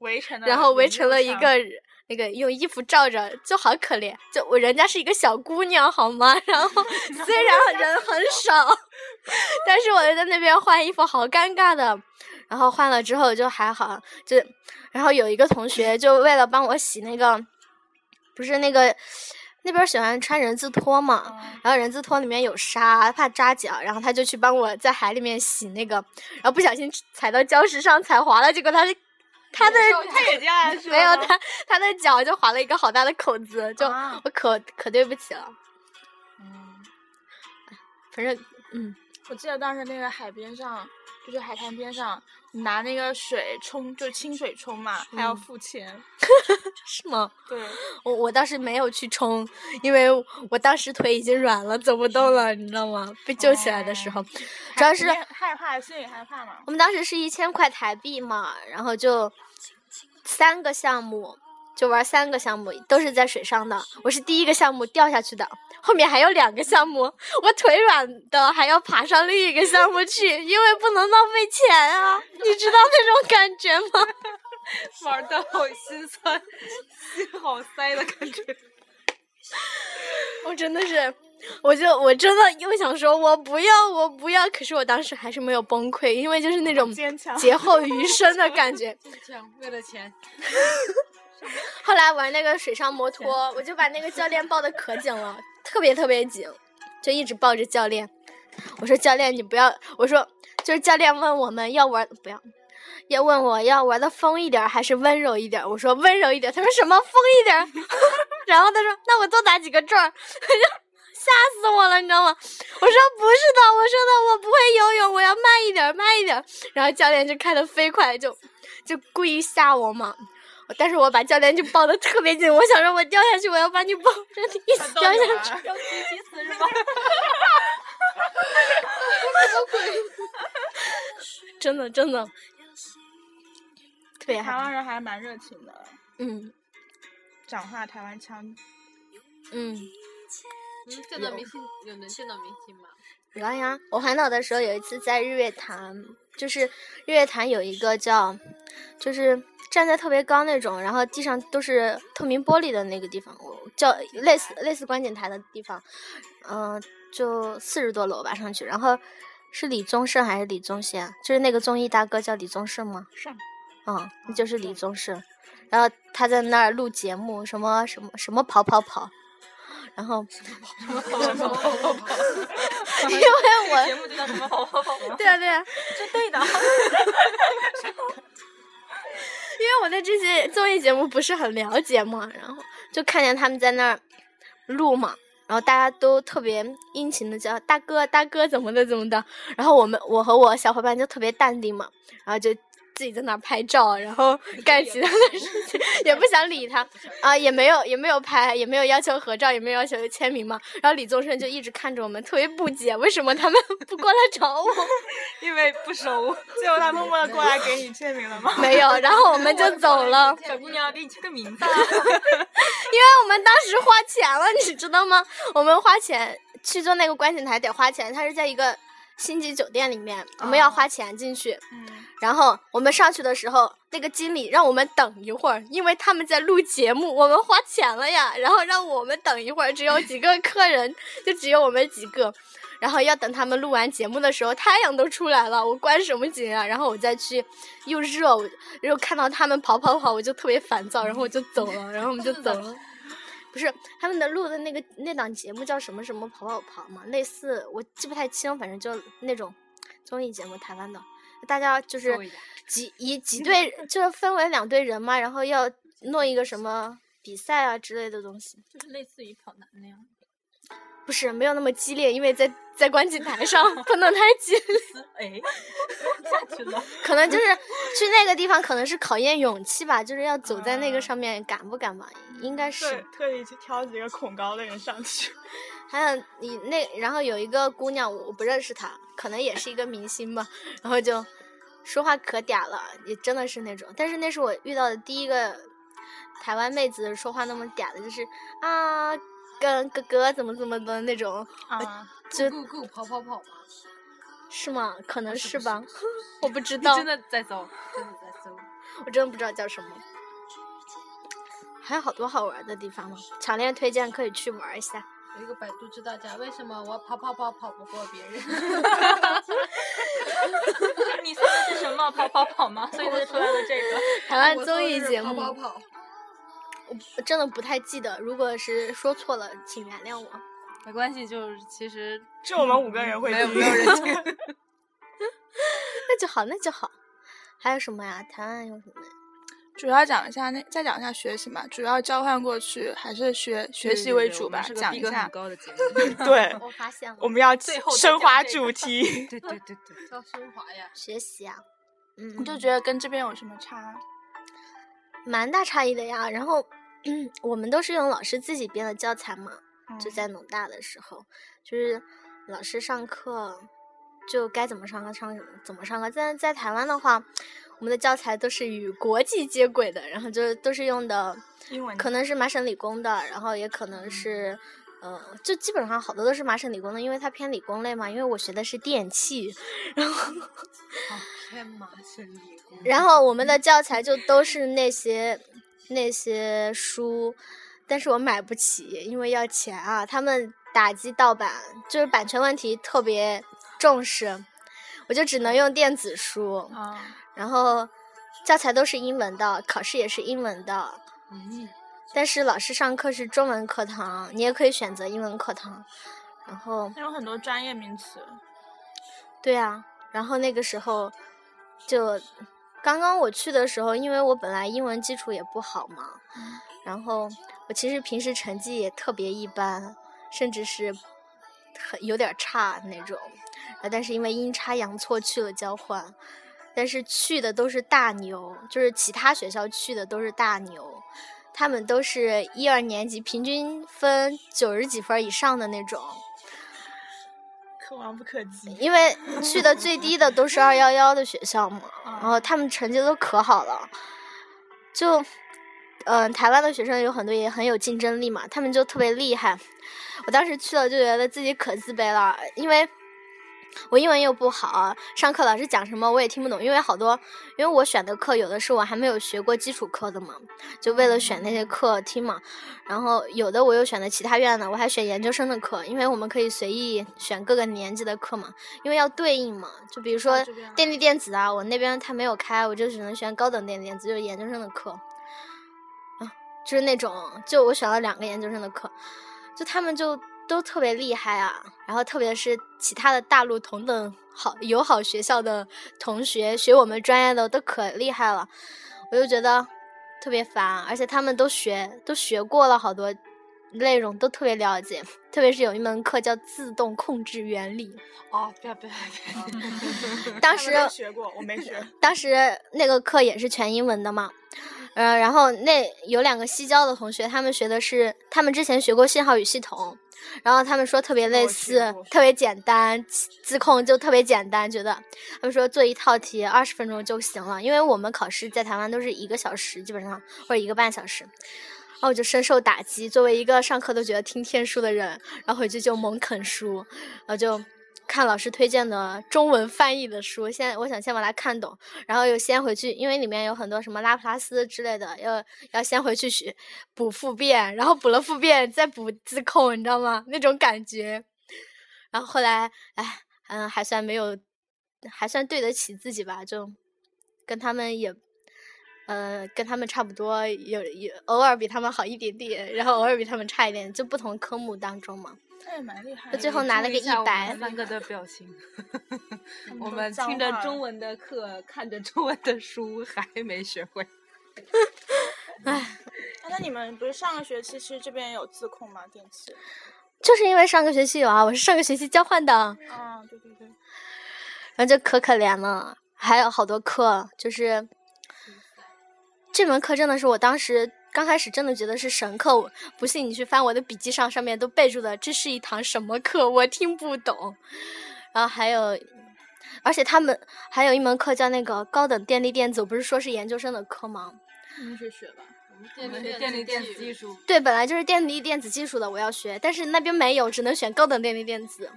S1: 围成的
S2: 然后围
S1: 礼物
S2: 成了一
S1: 墙
S2: 个人那个用衣服罩着，就好可怜。就我人家是一个小姑娘好吗？ <laughs> 然后虽然人很少，但是我在那边换衣服好尴尬的。然后换了之后就还好，就然后有一个同学就为了帮我洗那个，不是那个那边喜欢穿人字拖嘛，
S1: 嗯 <laughs>
S2: 然后人字拖里面有沙，怕扎脚，然后他就去帮我在海里面洗那个，然后不小心踩到礁石上踩滑了，结果他是他的
S1: 他也这样说，
S2: 没有他他的脚就划了一个好大的口子，就
S1: 啊
S2: 我可可对不起了。
S1: 嗯，
S2: 反正嗯，
S1: 我记得当时那个海边上，就是海滩边上，你拿那个水冲，就清水冲嘛，还要付钱。
S2: 是吗？
S1: 嗯对， <laughs>
S2: 我我当时没有去冲，因为我当时腿已经软了，走不动了，你知道吗？被救起来的时候，主要
S1: 还
S2: 是
S1: 肯定害怕，心里害怕嘛。
S2: 我们当时是一千块台币嘛，然后就三个项目，就玩三个项目，都是在水上的。我是第一个项目掉下去的，后面还有两个项目，我腿软的还要爬上另一个项目去，因为不能浪费钱啊，你知道那种感觉吗？ <laughs>
S4: 玩的好心酸，心好塞的感觉。
S2: 我真的是，我就我真的又想说，我不要，我不要。可是我当时还是没有崩溃，因为就是那种
S1: 坚强
S2: 劫后余生的感觉。
S4: 为了钱，
S2: 后来玩那个水上摩托，我就把那个教练抱得可紧了，特别特别紧，就一直抱着教练。我说教练，你不要，我说就是教练问我们要玩不要。要问我要玩的疯一点儿还是温柔一点儿？我说温柔一点儿，他说什么疯一点儿？ <laughs> 然后他说那我多打几个转儿， <laughs> 吓死我了，你知道吗？我说不是的，我说的我不会游泳，我要慢一点儿，慢一点儿。然后教练就开得飞快，就就故意吓我嘛。但是我把教练就抱得特别紧，我想让我掉下去，我要把你抱着你一起掉下去。
S5: 要集体死
S4: <laughs>
S5: 是吧？
S2: 真的真的，特别
S1: 台
S2: 好。啊
S1: 湾人还蛮热情的，
S2: 嗯
S1: 讲话台湾腔。
S2: 嗯，
S4: 能嗯见到明星有能见到明星吗？
S2: 有啊有啊。我环岛的时候有一次在日月潭，就是日月潭有一个叫，就是站在特别高那种，然后地上都是透明玻璃的那个地方，我叫类似类似观景台的地方，嗯、就四十多楼吧上去，然后是李宗盛还是李宗宪啊？就是那个综艺大哥叫李宗盛吗？
S4: 上
S2: 嗯，那就是李宗盛。然后他在那儿录节目，什么什么什么跑跑跑，然后因为我
S5: 节目就叫什么？好
S2: <laughs>
S5: 好好，
S2: 对啊对啊，
S5: 这对的。
S1: <laughs>
S2: 因为我对这些综艺节目不是很了解嘛，然后就看见他们在那儿录嘛，然后大家都特别殷勤的叫大哥大哥怎么的怎么的，然后我们我和我小伙伴就特别淡定嘛，然后就自己在那儿拍照，然后干其他的事情，也不想理他啊，也没有也没有拍，也没有要求合照，也没有要求签名嘛，然后李宗盛就一直看着我们，特别不解为什么他们不过来找我。
S4: 因为不熟，
S1: 最后他默默的过来给你签名了 <laughs> 吗？
S2: 没有，然后我们就走了，
S5: 小姑娘给你签个名字啊。
S2: 因为我们当时花钱了，你知道吗？ <laughs> 我们花钱去做那个观景台得花钱，它是在一个星级酒店里面，我们要花钱进去。
S1: 嗯，
S2: 然后我们上去的时候，那个经理让我们等一会儿，因为他们在录节目，我们花钱了呀。然后让我们等一会儿，只有几个客人，就只有我们几个。 <laughs> 然后要等他们录完节目的时候，太阳都出来了，我关什么紧啊？然后我再去，又热，我又看到他们跑跑跑，我就特别烦躁，然后我就走了，然后我们就走了。不是他们的录的那个那档节目叫什么什么跑跑跑嘛，类似我记不太清，反正就那种综艺节目，台湾的，大家就是
S4: 搜一下
S2: 几
S5: <laughs>
S2: 以几队就是分为两队人嘛，然后要弄一个什么比赛啊之类的东西，
S5: 就是类似于跑男那样，
S2: 不是没有那么激烈，因为在在观景台上不能太激烈，
S5: <laughs> 哎，下去了。
S2: <laughs> 可能就是去那个地方可能是考验勇气吧，就是要走在那个上面敢不敢吧，应该是
S1: 对，特意去挑几个恐高的人上去。
S2: 还有你那，然后有一个姑娘，我不认识她，可能也是一个明星吧，然后就说话可嗲了，也真的是那种。但是那是我遇到的第一个台湾妹子，说话那么嗲的，就是啊，跟哥哥怎么怎么的那种，
S1: <laughs> 啊，
S2: 就
S4: 顾顾跑跑跑，
S2: 是吗？可能是吧， <laughs> 我不知
S4: 你
S2: 道，
S4: 真的在搜，真的在搜。
S2: 我真的不知道叫什么。还有好多好玩的地方呢，强烈推荐可以去玩一
S4: <laughs>
S2: 下。
S4: 有一个百度知道讲为什么我跑跑跑跑不过别人，
S5: 你说的是什么？跑跑跑吗？所以才出来的这个。
S2: 台湾综艺节目，
S4: 我搜的是跑跑跑，
S2: 我真的不太记得，如果是说错了，请原谅我。
S4: <laughs> 没关系，就是其实
S1: <laughs> 就我们五个人会
S4: 没有
S1: 听
S4: 没有人听。
S2: 那就好，那就好。还有什么呀？台湾有什么呀？
S1: 主要讲一下那再讲一下学习嘛，主要交换过去还是学学习为主吧，讲一下。
S4: 高的节目，
S1: <laughs> 对，
S2: 我发现了，
S1: 哎我们要
S4: 最后再
S1: 升华
S4: 讲这
S1: 主
S4: <laughs> 个
S1: 题。
S4: <laughs> 对对对对，
S5: 要升华呀。
S2: 学习啊，嗯，
S1: 你就觉得跟这边有什么差？
S2: 蛮大差异的呀。然后 <clears throat> 我们都是用老师自己编的教材嘛，
S1: 嗯
S2: 就在农大的时候，就是老师上课就该怎么上课上怎么上课。但是在台湾的话，我们的教材都是与国际接轨的，然后就是都是用的
S1: 英文
S2: 可能是麻省理工的，然后也可能是。呃，就基本上好多都是麻省理工的，因为它偏理工类嘛。因为我学的是电气，
S4: 哦天马行空。
S2: <laughs> 然后我们的教材就都是那些那些书，但是我买不起，因为要钱啊。他们打击盗版，就是版权问题特别重视，我就只能用电子书。
S1: 啊，
S2: 然后教材都是英文的，考试也是英文的，
S4: 嗯，
S2: 但是老师上课是中文课堂，你也可以选择英文课堂。然后
S1: 那有很多专业名词。
S2: 对啊，然后那个时候就刚刚我去的时候，因为我本来英文基础也不好嘛，然后我其实平时成绩也特别一般，甚至是很有点儿差那种。然后但是因为阴差阳错去了交换，但是去的都是大牛，就是其他学校去的都是大牛，他们都是一二年级平均分九十几分儿以上的那种。
S1: 可望不可及。
S2: 因为去的最低的都是二幺幺的学校嘛，然后他们成绩都可好了，就，嗯、台湾的学生有很多也很有竞争力嘛，他们就特别厉害。我当时去了就觉得自己可自卑了，因为我英文又不好，上课老师讲什么我也听不懂，因为好多，因为我选的课有的是我还没有学过基础课的嘛，就为了选那些课听嘛，然后有的我又选的其他院的，我还选研究生的课，因为我们可以随意选各个年级的课嘛，因为要对应嘛。就比如说
S1: 哦这边
S2: 电力电子啊，我那边它没有开，我就只能选高等电力电子，就是研究生的课。啊，就是那种，就我选了两个研究生的课，就他们就都特别厉害啊。然后特别是其他的大陆同等好友好学校的同学，学我们专业的都可厉害了，我就觉得特别烦，而且他们都学都学过了好多内容，都特别了解。特别是有一门课叫自动控制原理，
S4: 哦，不要不要不要！
S2: 当
S1: 嗯他
S2: 时
S1: 们都学过，我没
S4: <laughs>
S1: 学。
S2: 当时那个课也是全英文的嘛，呃，然后那有两个西交的同学，他们学的是他们之前学过信号与系统，然后他们说特别类
S1: 哦
S2: 似，
S1: 学过
S2: 特别简单，自控就特别简单，觉得他们说做一套题二十分钟就行了，因为我们考试在台湾都是一个小时基本上或者一个半小时。然后我就深受打击，作为一个上课都觉得听天书的人，然后回去就猛啃书，然后就看老师推荐的中文翻译的书。现在我想先把它看懂，然后又先回去，因为里面有很多什么拉普拉斯之类的，要要先回去学补复变，然后补了复变再补自控，你知道吗？那种感觉。然后后来，哎，嗯，还算没有，还算对得起自己吧，就跟他们也。呃，跟他们差不多，有有偶尔比他们好一点点，然后偶尔比他们差一点，就不同科目当中嘛。
S1: 那也蛮厉害
S2: 我
S1: 的。
S2: 最后拿了个一百，
S4: 三个 <laughs> 的表情。
S1: 嗯
S4: 我们听着中文的课，看着中文的书，还没学会。
S1: 哎那你们不是上个学期其实这边有自控吗？电器？
S2: 就是因为上个学期有啊，我是上个学期交换的，
S1: 啊，对对对。
S2: 然后就可可怜了。还有好多课，就是这门课真的是我当时刚开始真的觉得是神课，我不信你去翻我的笔记上，上面都备注的这是一堂什么课，我听不懂。然后还有，而且他们还有一门课叫那个高等电力电子，我不是说是研究生的课吗？
S5: 你们是学吧？我们
S4: 我
S5: 电
S4: 们
S5: 力
S4: 是电力电
S5: 电
S4: 子技
S5: 术，
S2: 对，本来就是电力电子技术的，我要学，但是那边没有，只能选高等电力电子。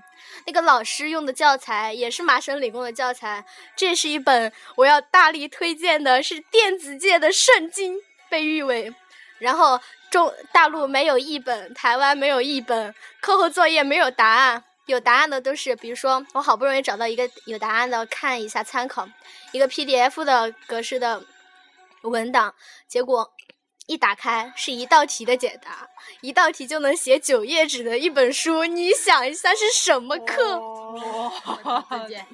S2: 那个老师用的教材也是麻省理工的教材，这是一本我要大力推荐的，是电子界的圣经，被誉为。然后中大陆没有译本，台湾没有译本，课后作业没有答案，有答案的都是，比如说我好不容易找到一个有答案的，看一下参考，一个 PDF 的格式的文档，结果一打开是一道题的解答，一道题就能写九页纸的一本书，你想一下是什么课？
S1: 哦，
S5: 再见。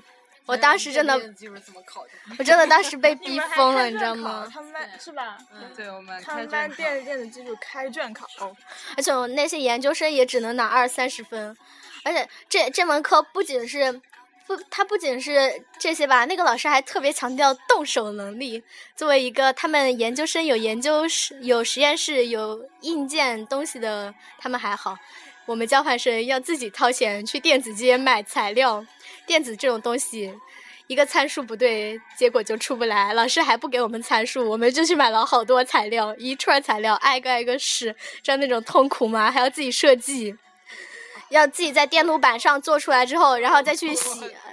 S2: 我当时真的，
S4: 就是怎么考的？
S2: 我真的
S1: <laughs>
S2: 当时被
S1: 你
S2: 逼
S1: 们还
S2: 疯
S1: 开
S2: 了，你知
S1: 卷
S2: 道
S1: 考
S2: 吗？
S1: 他们班是吧？
S4: <laughs> 对，我们
S1: 他
S4: 开
S1: 们班
S4: 卷
S1: 电子电子技术开卷考，
S2: 而且我那些研究生也只能拿二三十分，而且这这门课不仅是不，它不仅是这些吧，那个老师还特别强调动手能力。作为一个他们研究生有研究室、有实验室、有硬件东西的，他们还好。我们交换生要自己掏钱去电子街买材料，电子这种东西，一个参数不对，结果就出不来。老师还不给我们参数，我们就去买了好多材料，一串材料挨个挨个试，知道那种痛苦吗？还要自己设计，要自己在电路板上做出来之后，然后再去洗，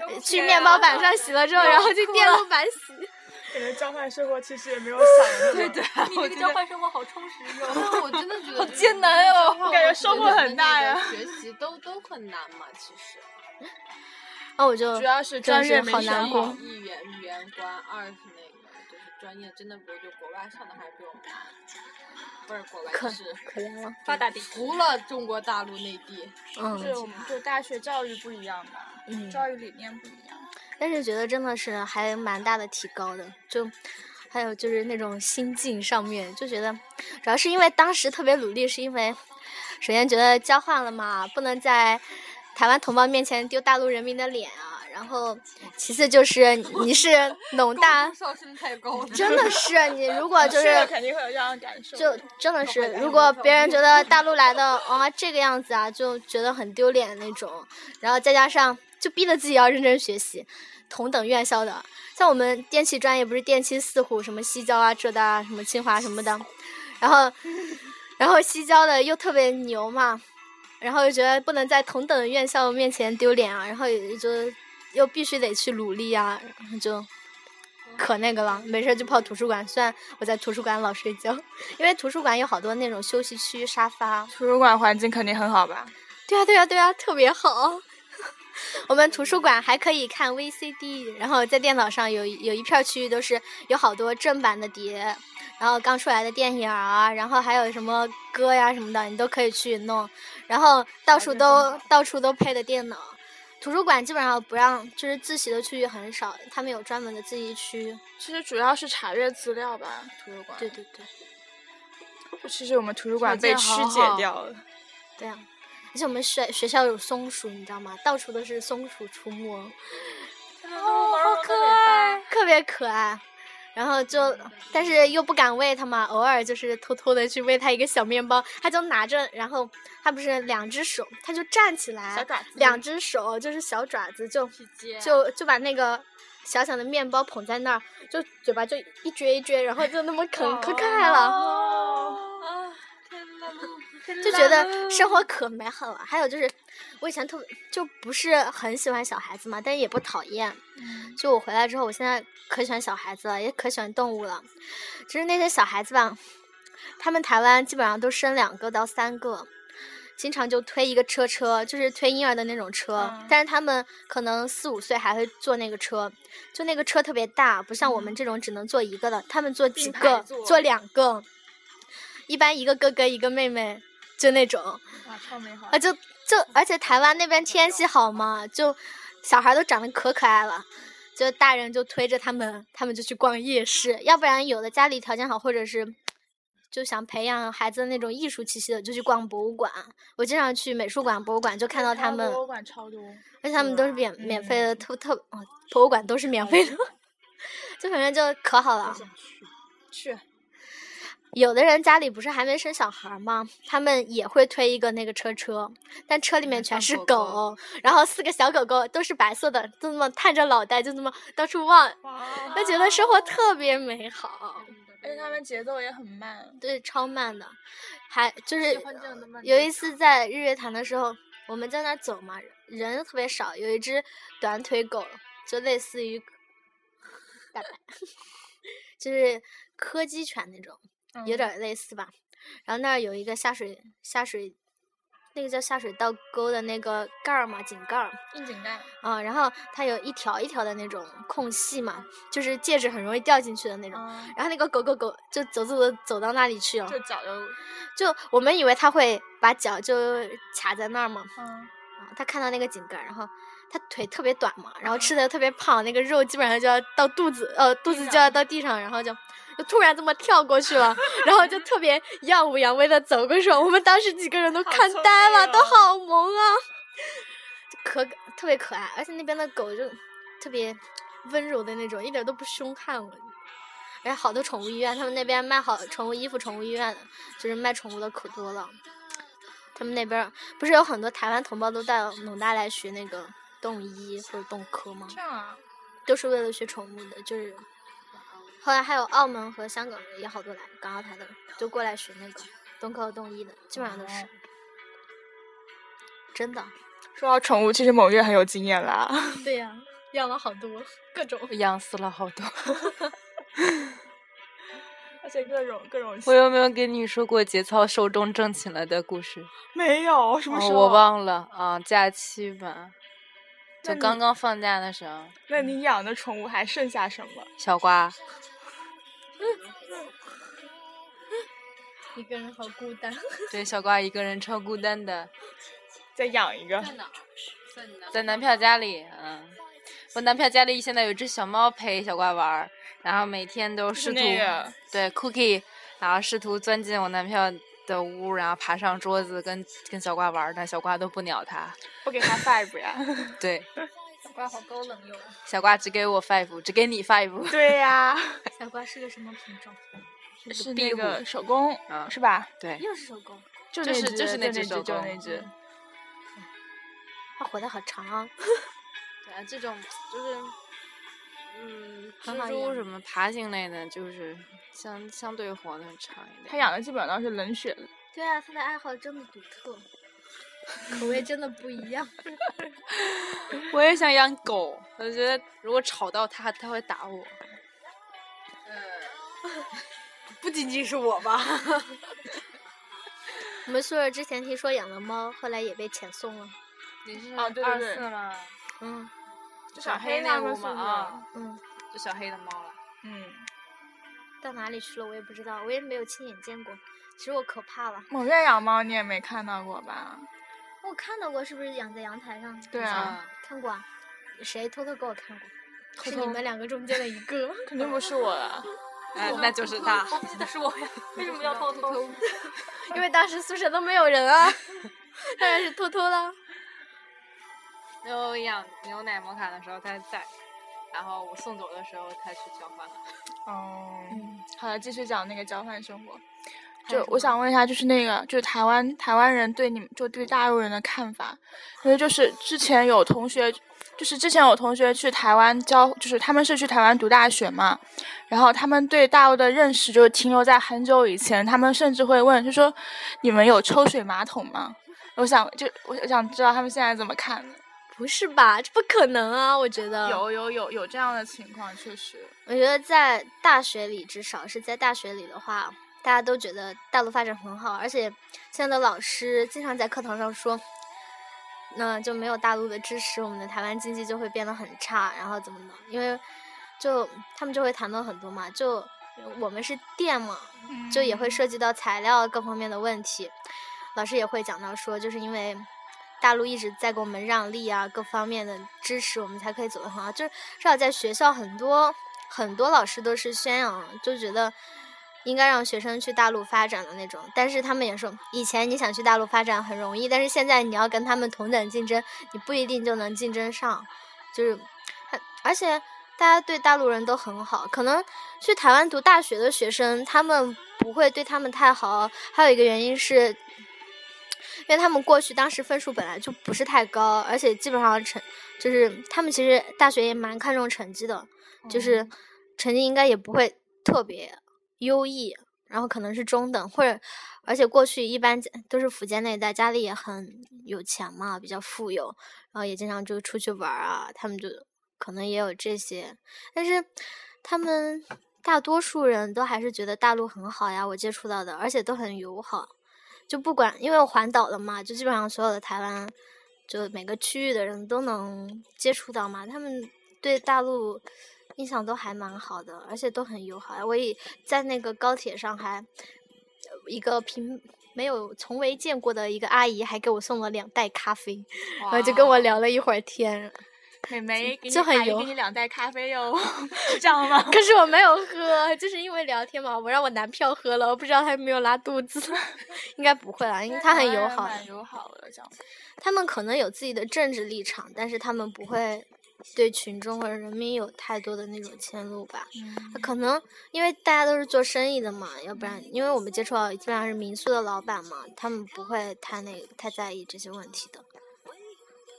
S2: 呃去面包板上洗了之后，然后去电路板 <laughs> 洗。
S1: 感觉交换生活其实也没有想对对，
S4: <laughs>
S5: 你这个交换生活好充实哟。，
S4: 我真的觉得
S1: 艰难哦
S4: 就是
S1: 感觉收获很大呀
S4: 我觉得那个学习都都很难嘛，其实。
S2: 然哦后我就
S1: 主要是
S2: 嗯真
S1: 专业
S2: 是
S1: 没
S2: 好
S1: 选
S2: 难
S1: 好
S2: 过。
S4: 一元语言观，二是那个就是专业，真的我觉得国外上的还是比我们难，不是国外
S2: 可
S4: 是
S2: 可怜了，
S4: 发达地区，除了中国大陆内地，
S2: 嗯，
S1: 对，我们就大学教育不一样吧，
S2: 嗯
S1: 教育理念不一样。
S2: 但是觉得真的是还蛮大的提高的，就还有就是那种心境上面，就觉得主要是因为当时特别努力，是因为首先觉得交换了嘛，不能在台湾同胞面前丢大陆人民的脸啊，然后其次就是你是 <laughs> 农大
S5: 上升太高了，
S2: 真的是你如
S1: <laughs>
S2: 果就
S1: 去了
S2: 是
S1: 啊肯定会有这样的感受。
S2: 就真的是，如果别人觉得大陆来的啊、这个样子啊，就觉得很丢脸那种，然后再加上就逼得自己要认真学习，同等院校的，像我们电气专业不是电气四虎什么西交啊、浙大啊、什么清华什么的，然后然后西交的又特别牛嘛，然后又觉得不能在同等院校面前丢脸啊，然后也就又必须得去努力啊，然后就。可那个了，没事儿就泡图书馆。虽然我在图书馆老睡觉，因为图书馆有好多那种休息区、沙发。
S1: 图书馆环境肯定很好吧？
S2: 对啊，对啊，对啊，特别好。 <laughs> 我们图书馆还可以看 VCD，然后在电脑上有有一片区域都是有好多正版的碟，然后刚出来的电影啊，然后还有什么歌呀什么的，你都可以去弄。然后到处都到处都配的电脑，图书馆基本上不让，就是自习的区域很少，他们有专门的自习区。
S1: 其实主要是查阅资料吧，图书馆。
S2: 对，对对。
S1: 其实我们图书馆
S4: 条
S1: 被
S4: 件
S1: 曲
S4: 好
S1: 解
S4: 好
S1: 掉了。
S2: 对啊，而且我们学学校有松鼠，你知道吗？到处都是松鼠出没，
S1: 哦，好可爱！
S2: 特别可爱。然后就，但是又不敢喂它嘛，偶尔就是偷偷的去喂它一个小面包，它就拿着，然后它不是两只手，它就站起
S1: 小
S2: 来，
S1: 爪子，
S2: 两只手就是小爪子就
S4: 去接
S2: 就就把那个小小的面包捧在那儿，就嘴巴就一撅一撅，然后就那么
S1: 哦
S2: 啃，可可爱了。
S4: 哦啊
S1: <laughs>
S2: 就觉得生活可美好了。还有就是，我以前特别就不是很喜欢小孩子嘛，但是也不讨厌。
S1: 嗯
S2: 就我回来之后，我现在可喜欢小孩子了，也可喜欢动物了。就是那些小孩子吧，他们台湾基本上都生两个到三个。经常就推一个车车，就是推婴儿的那种车，
S1: 嗯
S2: 但是他们可能四五岁还会坐那个车，就那个车特别大，不像我们这种只能坐一个的，他们坐几
S1: 嗯并排
S2: 个，
S1: 坐
S2: 坐两个，一般一个哥哥一个妹妹，就那种，
S1: 哇，超美好
S2: 啊，！就就而且台湾那边天气好嘛，就小孩都长得可可爱了。就大人就推着他们，他们就去逛夜市，要不然有的家里条件好，或者是就想培养孩子那种艺术气息的，就去逛博物馆。我经常去美术馆、博物馆，就看到哎他们，
S1: 博物馆超多，
S2: 而且他们都是免免费的，特特哦，博物馆都是免费的， <laughs> 就反正就可好了。
S1: 去
S2: 有的人家里不是还没生小孩儿吗？他们也会推一个那个车车，但车里面全是
S4: 狗
S2: 狗，
S4: 狗
S2: 然后四个小狗狗都是白色的，就那么探着脑袋，就那么到处望，就觉得生活特别美好。
S1: 而且他们节奏也很慢，
S2: 对，超慢的，还就是
S1: 欢这样的慢
S2: 有一
S1: 节
S2: 次在日月潭的时候，我们在那儿走嘛，人特别少，有一只短腿狗，就类似于大白， <laughs> 就是柯基犬那种，有
S1: 嗯
S2: 点儿类似吧。然后那儿有一个下水下水，那个叫下水道沟的那个盖儿嘛，井盖儿。
S1: 窨井盖。
S2: 啊，然后它有一条一条的那种空隙嘛，就是戒指很容易掉进去的那种。
S1: 嗯，
S2: 然后那个狗狗狗就走走走走到那里去了，
S1: 就脚就，
S2: 就我们以为它会把脚就卡在那儿嘛，
S1: 嗯，
S2: 啊它看到那个井盖儿，然后他腿特别短嘛，然后吃的特别胖，那个肉基本上就要到肚子，呃，肚子就要到地上，然后就就突然这么跳过去了，然后就特别耀武扬威的走过去了。我们当时几个人都
S1: 好
S2: 看
S1: 聪
S2: 呆了，
S1: 明
S2: 都
S1: 哦
S2: 好萌啊，就可特别可爱，而且那边的狗就特别温柔的那种，一点都不凶悍我。而且好多宠物医院，他们那边卖好宠物衣服，宠物医院就是卖宠物的可多了。他们那边儿不是有很多台湾同胞都到农大来学那个动医或者动科吗？
S1: 这样啊，
S2: 都是为了学宠物的，就是后来还有澳门和香港也好多来港澳台的，就过来学那个动科和动医的，基本上都是真的。
S1: 说到宠物，其实某月很有经验啦。
S2: <laughs>
S1: <laughs>
S2: 对呀、养了好多各种。
S4: 养死了好多。
S1: 而且各种各种
S4: 我有没有跟你说过节操寿终正寝了的故事？
S1: 没有什么
S4: 哦
S1: 时候、
S4: 我。忘了啊，假期吧，
S1: 那
S4: 就
S1: 你
S4: 刚刚放假的时候，
S1: 那你养的宠物还剩下什么？
S4: 小瓜。
S2: 一个人好孤单。
S4: 对，小瓜一个人超孤单的，
S1: 再养一个。
S5: 在哪儿？在你那儿
S4: 在男票家里，嗯，我男票家里现在有只小猫陪小瓜玩儿，然后每天都
S1: 是
S4: 试图、
S1: 那个
S4: 对 Cookie，然后试图钻进我男票的屋，然后爬上桌子跟跟小瓜玩儿，但小瓜都不鸟它。
S1: 不给 <laughs> 它 five 呀？
S4: 对，
S5: 小瓜好高冷哟。
S4: 小瓜只给我 five，只给你 five。
S1: 对 <laughs> 呀、
S2: 小瓜是个什么品种？
S1: 是那
S4: 壁虎
S1: 个手工，呃
S4: 嗯
S1: 是吧？
S4: 对，
S2: 又是手工，
S1: 就
S4: 就是
S1: 那只
S4: 就是那
S1: 就
S4: 只手
S1: 就
S4: 工
S1: 那只。
S2: 它活得好长啊。
S4: 对啊，这种就是，嗯，
S2: 很
S4: 蜘
S2: 好
S4: 蛛
S2: 养
S4: 什么爬行类的，就是相相对活得长一点。
S1: 它养的基本上都是冷血的。
S2: 对啊，它的爱好真的独特，口味真的不一样。
S4: 我也想养狗，我觉得如果吵到它，它会打我。呃
S2: 不仅仅是我吧。我们宿舍之前听说养了猫，后来也被遣送了。
S4: 你是
S1: 啊对对
S4: 二
S1: 对
S4: 四吗？
S2: 嗯
S1: 就
S4: 小
S1: 黑
S4: 那
S1: 个
S4: 屋
S1: 宿
S4: 嘛
S1: 舍
S4: 啊，
S2: 嗯，
S4: 就小黑的猫了。
S1: 嗯，
S2: 到哪里去了我也不知道，我也没有亲眼见过。其实我可怕了，
S1: 某月养猫你也没看到过吧？
S2: 我看到过是不是养在阳台上？
S1: 对
S4: 嗯
S1: 啊，
S2: 看过啊，谁偷偷给我看过？
S4: 偷
S2: 是
S4: 偷
S2: 你们两个中间的一 <laughs> 个。
S1: 肯定不是我 <laughs> 了。
S4: 哎，那就是 <laughs> 它。
S5: 我不记得是我呀，为什么要偷偷？
S2: 因为当时宿舍都没有人 <laughs> 啊，当然是偷偷啦。
S4: 那我养牛奶摩卡的时候它在，然后我送走的时候它去交换了。
S1: 哦，
S2: 嗯，
S1: 好了，继续讲那个交换生活。
S4: 还有
S1: 就
S4: 什
S1: 我
S4: 么
S1: 想问一下，就是那个，就是台湾台湾人对你们，就对大陆人的看法，因为就是之前有同学，就是之前有同学去台湾交，就是他们是去台湾读大学嘛，然后他们对大陆的认识就停留在很久以前，他们甚至会问，就说你们有抽水马桶吗？我想就我想知道他们现在怎么看的。
S2: 不是吧？这不可能啊！我觉得，
S1: 有有有有这样的情况，确实。
S2: 我觉得在大学里，至少是在大学里的话，大家都觉得大陆发展很好，而且现在的老师经常在课堂上说，那就没有大陆的支持，我们的台湾经济就会变得很差，然后怎么的？因为就他们就会谈论很多嘛，就我们是店嘛，就也会涉及到材料各方面的问题。老师也会讲到说，就是因为大陆一直在给我们让利啊，各方面的支持，我们才可以走得很好。就是至少在学校，很多很多老师都是宣扬，就觉得应该让学生去大陆发展的那种。但是他们也说，以前你想去大陆发展很容易，但是现在你要跟他们同等竞争，你不一定就能竞争上。就是，他而且大家对大陆人都很好，可能去台湾读大学的学生，他们不会对他们太好。还有一个原因是，因为他们过去当时分数本来就不是太高，而且基本上成就是他们其实大学也蛮看重成绩的，就是成绩应该也不会特别优异，然后可能是中等或者。而且过去一般都是福建那一带，家里也很有钱嘛，比较富有，然后也经常就出去玩儿啊，他们就可能也有这些，但是他们大多数人都还是觉得大陆很好呀，我接触到的，而且都很友好，就不管因为我环岛了嘛，就基本上所有的台湾，就每个区域的人都能接触到嘛，他们对大陆。印象都还蛮好的，而且都很友好。我也在那个高铁上还一个平没有从未见过的一个阿姨还给我送了两袋咖啡，然后就跟我聊了一会儿天。
S1: 美眉给你
S2: 就很
S1: 阿姨
S2: 友
S1: 给你两袋咖啡哟，是这样吗？
S2: <laughs> 可是我没有喝，就是因为聊天嘛，我让我男票喝了，我不知道他有没有拉肚子， <laughs> 应该不会啦，因为他很友好。
S1: 哎蛮友好的这样。
S2: 他们可能有自己的政治立场，但是他们不会对群众或者人民有太多的那种迁怒吧。可能因为大家都是做生意的嘛，要不然因为我们接触到基本上是民宿的老板嘛，他们不会太那太在意这些问题的。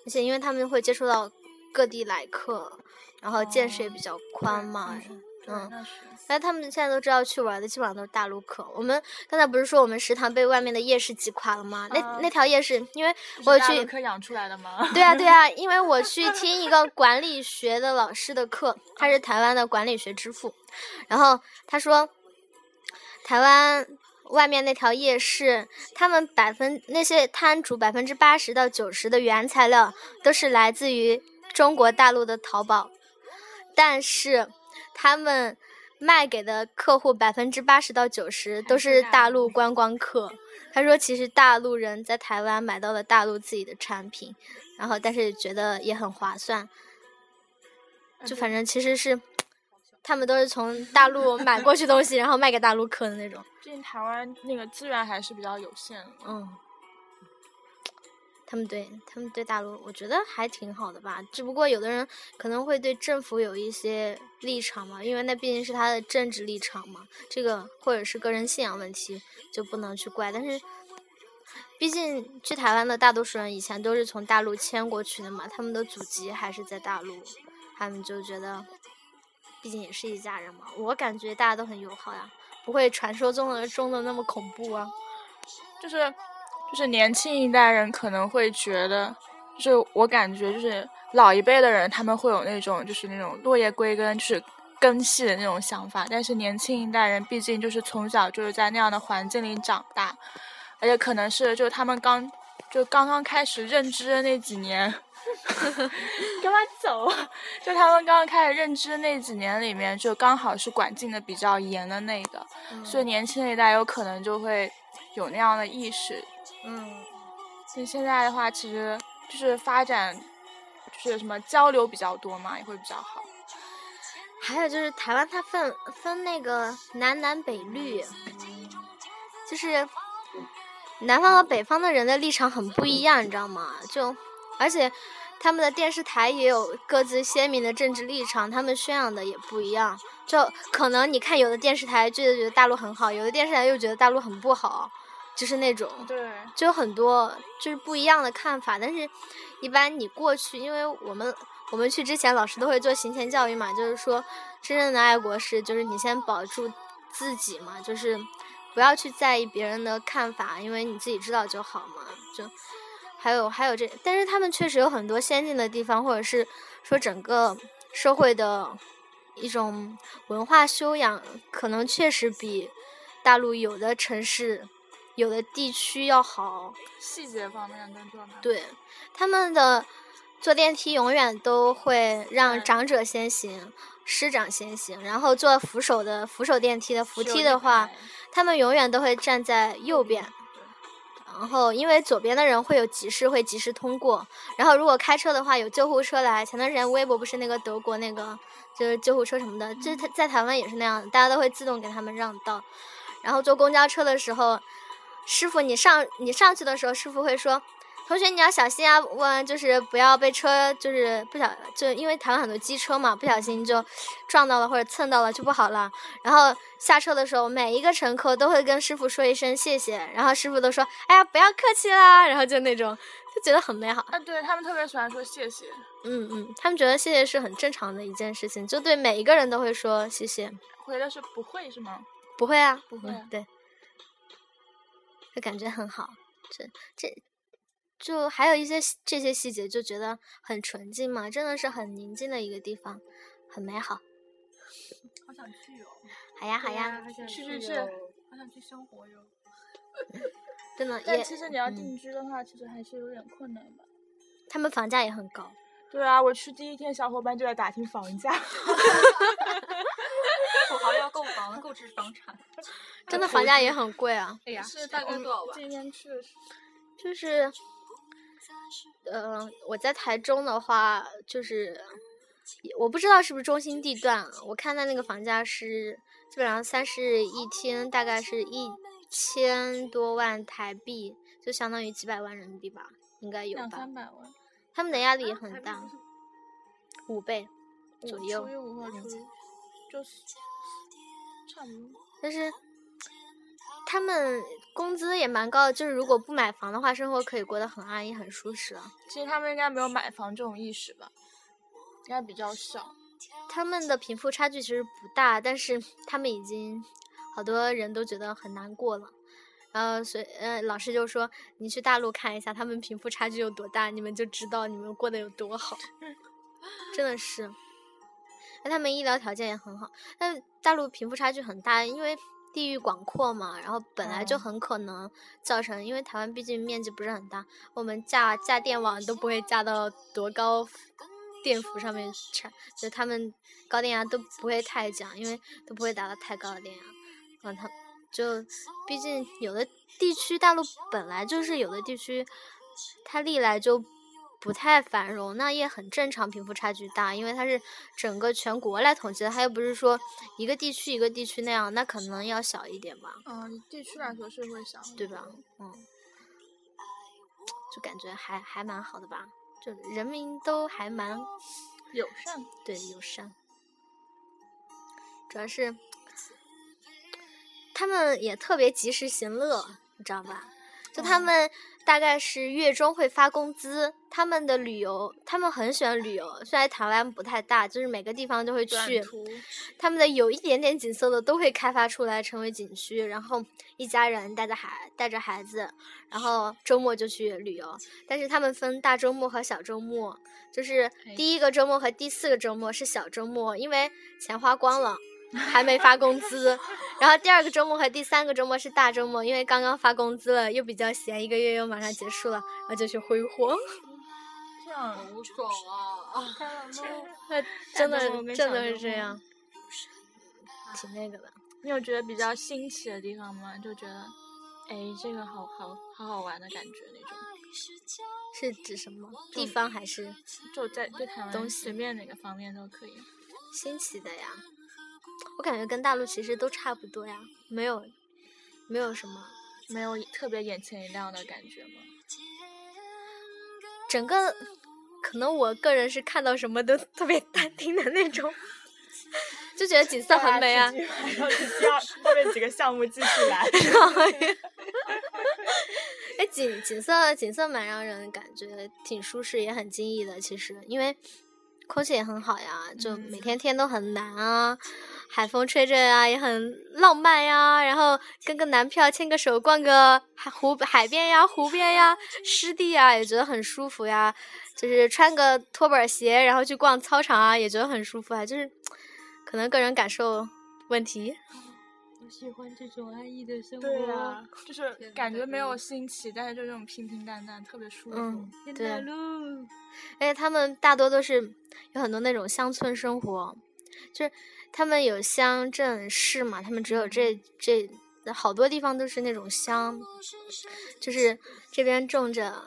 S2: 而且因为他们会接触到各地来客，然后见识也比较宽嘛，嗯。
S1: 那是
S2: 但他们现在都知道去玩的基本上都是大陆客。我们刚才不是说我们食堂被外面的夜市挤垮了吗？那那条夜市，因为我有
S1: 是大
S2: 去
S1: 陆科养出来的 <laughs> 吗？
S2: 对啊，对啊，因为我去听一个管理学的老师的课，他是台湾的管理学之父，然后他说，台湾外面那条夜市，他们百分那些摊主百分之八十到九十的原材料都是来自于中国大陆的淘宝，但是他们卖给的客户百分之八十到九十都是大陆观光客。他说，其实大陆人在台湾买到了大陆自己的产品，然后但是觉得也很划算，就反正其实是他们都是从大陆买过去东西，然后卖给大陆客的那种。
S1: 毕竟台湾那个资源还是比较有限的。
S2: 嗯，他们对他们对大陆，我觉得还挺好的吧。只不过有的人可能会对政府有一些立场嘛，因为那毕竟是他的政治立场嘛，这个或者是个人信仰问题就不能去怪。但是，毕竟去台湾的大多数人以前都是从大陆迁过去的嘛，他们的祖籍还是在大陆，他们就觉得。毕竟也是一家人嘛，我感觉大家都很友好呀，不会传说中的中的那么恐怖啊。
S1: 就是就是年轻一代人可能会觉得，就是我感觉就是老一辈的人他们会有那种就是那种落叶归根，就是根系的那种想法，但是年轻一代人毕竟就是从小就是在那样的环境里长大，而且可能是就他们刚就刚刚开始认知的那几年。 <laughs> 干嘛走啊？就他们刚刚开始认知的那几年里面，就刚好是管禁的比较严的那个，所以年轻一代有可能就会有那样的意识。
S2: 嗯，
S1: 所以现在的话，其实就是发展，就是什么交流比较多嘛，也会比较好。
S2: 还有就是台湾它分分那个南南北绿，就是南方和北方的人的立场很不一样，你知道吗？就而且他们的电视台也有各自鲜明的政治立场，他们宣扬的也不一样。就可能你看有的电视台就觉得大陆很好，有的电视台又觉得大陆很不好，就是那种。
S1: 对，
S2: 就有很多就是不一样的看法，但是一般你过去，因为我们我们去之前老师都会做行前教育嘛，就是说真正的爱国是就是你先保住自己嘛，就是不要去在意别人的看法，因为你自己知道就好嘛。就还有还有这，但是他们确实有很多先进的地方，或者是说整个社会的一种文化修养，可能确实比大陆有的城市、有的地区要好。
S1: 细节方面更重要。
S2: 对，他们的坐电梯永远都会让
S1: 嗯
S2: 长者先行，师长先行，然后坐扶手的扶手电梯的扶
S1: 是有
S2: 梯
S1: 一
S2: 的话
S1: 排，，
S2: 他们永远都会站在右边。然后，因为左边的人会有急事，会及时通过。然后，如果开车的话，有救护车来。前段时间微博不是那个德国那个，就是救护车什么的，就是他在台湾也是那样的，大家都会自动给他们让道。然后坐公交车的时候，师傅你上你上去的时候，师傅会说：“同学你要小心啊，我就是不要被车就是不小就因为台湾很多机车嘛，不小心就撞到了或者蹭到了就不好了。”然后下车的时候，每一个乘客都会跟师傅说一声谢谢，然后师傅都说：“哎呀，不要客气啦。”然后就那种就觉得很美好。
S1: 啊，对他们特别喜欢说谢谢。
S2: 嗯嗯，他们觉得谢谢是很正常的一件事情，就对每一个人都会说谢谢。
S1: 回的是不会是吗？
S2: 不会啊，不
S5: 嗯
S1: 会啊
S2: 对，就感觉很好。这这就还有一些细这些细节，就觉得很纯净嘛，真的是很宁静的一个地方，很美好。
S5: 好想去哦！
S2: 好呀好呀，
S1: 去去去！
S5: 好想去生活哟！
S2: 真的
S1: 但
S2: 也
S1: 其实你要
S2: 嗯
S1: 定居的话，其实还是有点困难吧。
S2: 他们房价也很高。
S1: <laughs> 对啊，我去第一天，小伙伴就在打听房价。
S5: 豪要购房，购置房产。
S2: 真的房价也很贵啊，
S5: 哎呀，
S1: 是大概
S5: 多少吧？
S1: 今天去的是
S2: 就是，呃，我在台中的话，就是也我不知道是不是中心地段啊，我看到那个房价是基本上三室一厅，大概是一千多万台币，就相当于几百万人民币吧，应该有吧。
S1: 百万
S2: 他们的压力也很大，五倍左右。
S1: 除以五或除以就是差不多。
S2: 但是他们工资也蛮高的，就是如果不买房的话，生活可以过得很安逸、很舒适啊了。
S1: 其实他们应该没有买房这种意识吧，应该比较少。
S2: 他们的贫富差距其实不大，但是他们已经好多人都觉得很难过了。然后，所以，呃，老师就说：“你去大陆看一下，他们贫富差距有多大，你们就知道你们过得有多好。”真的是，那他们医疗条件也很好，但大陆贫富差距很大，因为地域广阔嘛，然后本来就很可能造成，因为台湾毕竟面积不是很大，我们架架电网都不会架到多高电幅上面产，就他们高电压都不会太讲，因为都不会达到太高的电压，然后他就毕竟有的地区大陆本来就是有的地区，它历来就不太繁荣，那也很正常，贫富差距大，因为它是整个全国来统计的，它又不是说一个地区一个地区那样，那可能要小一点吧。
S1: 嗯，地区来说是会少很多，
S2: 对吧？嗯，就感觉还还蛮好的吧，就人民都还蛮
S1: 友善。
S2: 对友善，主要是他们也特别及时行乐，你知道吧？就他们大概是月中会发工资，他们的旅游，他们很喜欢旅游。虽然台湾不太大，就是每个地方都会去
S1: 短，途
S2: 他们的有一点点景色的都会开发出来成为景区，然后一家人带着孩带着孩子，然后周末就去旅游。但是他们分大周末和小周末，就是第一个周末和第四个周末是小周末，因为钱花
S1: <laughs>
S2: 光了。还没发工资，然后第二个周末和第三个周末是大周末，因为刚刚发工资了，又比较闲，一个月又马上结束了，然后就去挥霍，
S1: <laughs> 这样
S5: 好爽啊！啊，开了梦。
S2: 真
S1: 大
S2: 的
S1: 周末跟
S2: 真
S1: 小
S2: 的
S1: 周
S2: 是这
S1: 末
S2: 样，挺那个的。
S1: 你有觉得比较新奇的地方吗？就觉得，哎，这个好好好好玩的感觉那种。
S2: 是指什么地方还是
S1: 就在对台
S2: 东
S1: 湾随便哪个方面都可以。
S2: 新奇的呀？我感觉跟大陆其实都差不多呀，没有没有什么，
S1: 没有特别眼前一亮的感觉吗？
S2: 整个可能我个人是看到什么都 <laughs> 特别淡定的那种，就觉得景色很美 <laughs> 啊。
S1: 第二后面几个项目继续 <laughs> 来。
S2: 哎，景景色景色蛮让人感觉挺舒适，也很惊异的。其实，因为空气也很好呀，就每天天都很蓝啊，海风吹着呀，也很浪漫呀。然后跟个男票牵个手，逛个海湖海边呀、湖边呀、湿地呀，也觉得很舒服呀。就是穿个拖板鞋，然后去逛操场啊，也觉得很舒服啊。就是可能个人感受问题。
S5: <laughs>
S2: 嗯
S5: 我喜欢这种安逸的生活。
S1: 对啊，就是
S5: 天
S1: 感
S5: 呐
S1: 觉没有新奇，但是就这种平平淡淡，特别舒服。
S2: 嗯，
S5: 天
S2: 对
S5: 大路，
S2: 而且他们大多都是有很多那种乡村生活，就是他们有乡镇市嘛，他们只有这这好多地方都是那种乡，就是这边种着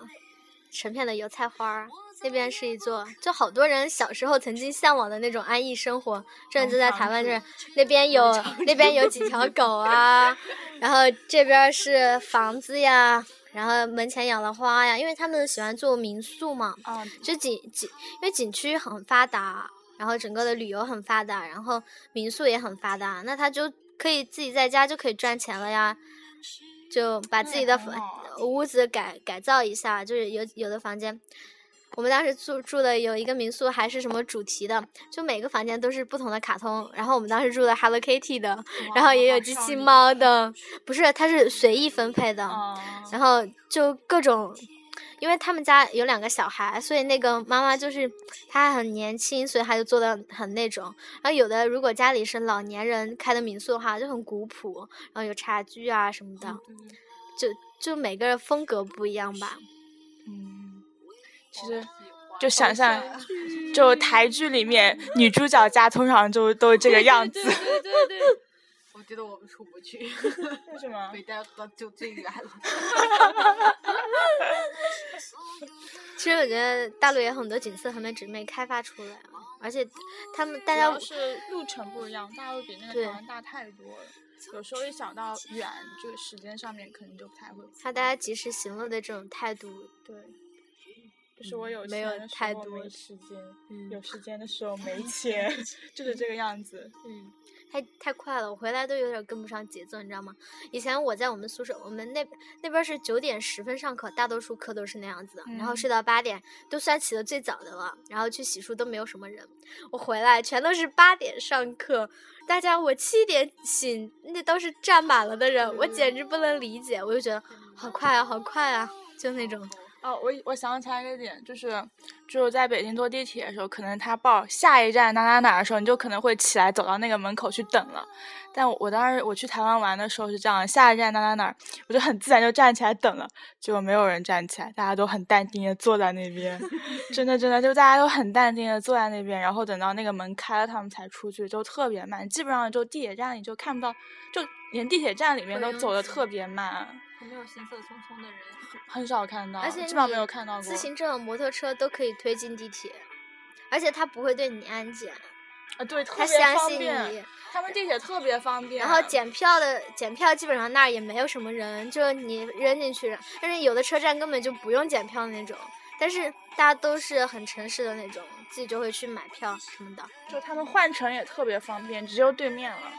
S2: 成片的油菜花儿，那边是一座，就好多人小时候曾经向往的那种安逸生活，这就在台湾这儿，那边有那边有几条狗啊，然后这边是房子呀。然后门前养了花呀，因为他们喜欢住民宿嘛，
S1: 啊，
S2: 就景景，因为景区很发达，然后整个的旅游很发达，然后民宿也很发达，那他就可以自己在家就可以赚钱了呀，就把自己的
S1: 很
S2: 房
S1: 好啊
S2: 屋子改改造一下，就是有有的房间。我们当时住住的有一个民宿，还是什么主题的，就每个房间都是不同的卡通。然后我们当时住的 Hello Kitty 的，然后也
S4: 哦
S2: 有机器猫的，不是，它是随意分配的。
S1: 啊，
S2: 然后就各种，因为他们家有两个小孩，所以那个妈妈就是她还很年轻，所以她就做的很那种。然后有的如果家里是老年人开的民宿的话，就很古朴，然后有茶具啊什么的，
S1: 嗯
S2: 就就每个人风格不一样吧。
S1: 嗯，其实就想象，就台剧里面女主角家通常就都是这个样子。
S5: 对对对， <laughs> 我觉得我们出不 <laughs> 去，
S1: 为什么？
S5: 北戴河就最远了。
S2: 其实我觉得大陆有很多景色还没只没开发出来啊，而且他们大
S1: 主
S2: 家
S1: 要是路程不一样，大陆比那个
S2: 对
S1: 台湾大太多了。有时候一想到远，这个时间上面可能就不太会。
S2: 他大家及时行乐的这种态度，
S1: 对，就是我嗯有
S2: 没有
S1: 钱的时
S2: 太
S1: 候
S2: 多
S1: 没
S2: 的
S1: 时间，
S2: 嗯
S1: 有时间的时候没钱， <laughs> 就是这个样子。
S2: 嗯，太太快了，我回来都有点跟不上节奏，你知道吗？以前我在我们宿舍，我们那那边是九点十分上课，大多数课都是那样子的，然后睡
S1: 嗯
S2: 到八点，都算起的最早的了，然后去洗漱都没有什么人。我回来全都是八点上课，大家我七点醒，那都是站满了的人，我简直不能理解，我就觉得好快啊，好快啊，就那种，
S1: 哦，我我想起来一个点，就是只有在北京坐地铁的时候，可能他报下一站哪哪哪的时候，你就可能会起来走到那个门口去等了。但我我当时我去台湾玩的时候是这样，下一站哪哪哪，我就很自然就站起来等了，结果没有人站起来，大家都很淡定的坐在那边， <laughs> 真的真的就大家都很淡定的坐在那边，然后等到那个门开了，他们才出去，就特别慢，基本上就地铁站里就看不到，就连地铁站里面
S2: 会
S1: 都
S2: 拥
S1: 走的
S2: 挤
S1: 特别慢，
S5: 有 <laughs> 没有行色匆匆的人？
S1: 很少看到，
S2: 而且
S1: 基本上没
S2: 你
S1: 有看到过。
S2: 自行车、摩托车都可以推进地铁，而且它不会对你安检。
S1: 啊，对，特
S2: 他
S1: 别
S2: 相
S1: 方
S2: 信
S1: 便
S2: 你，，
S1: 他们地铁特别方便。啊
S2: 然后检票的检票基本上那儿也没有什么人，就是你扔进去，但是有的车站根本就不用检票那种，但是大家都是很诚实的那种，自己就会去买票什么的。
S1: 就他们换乘也特别方便，直接对面了。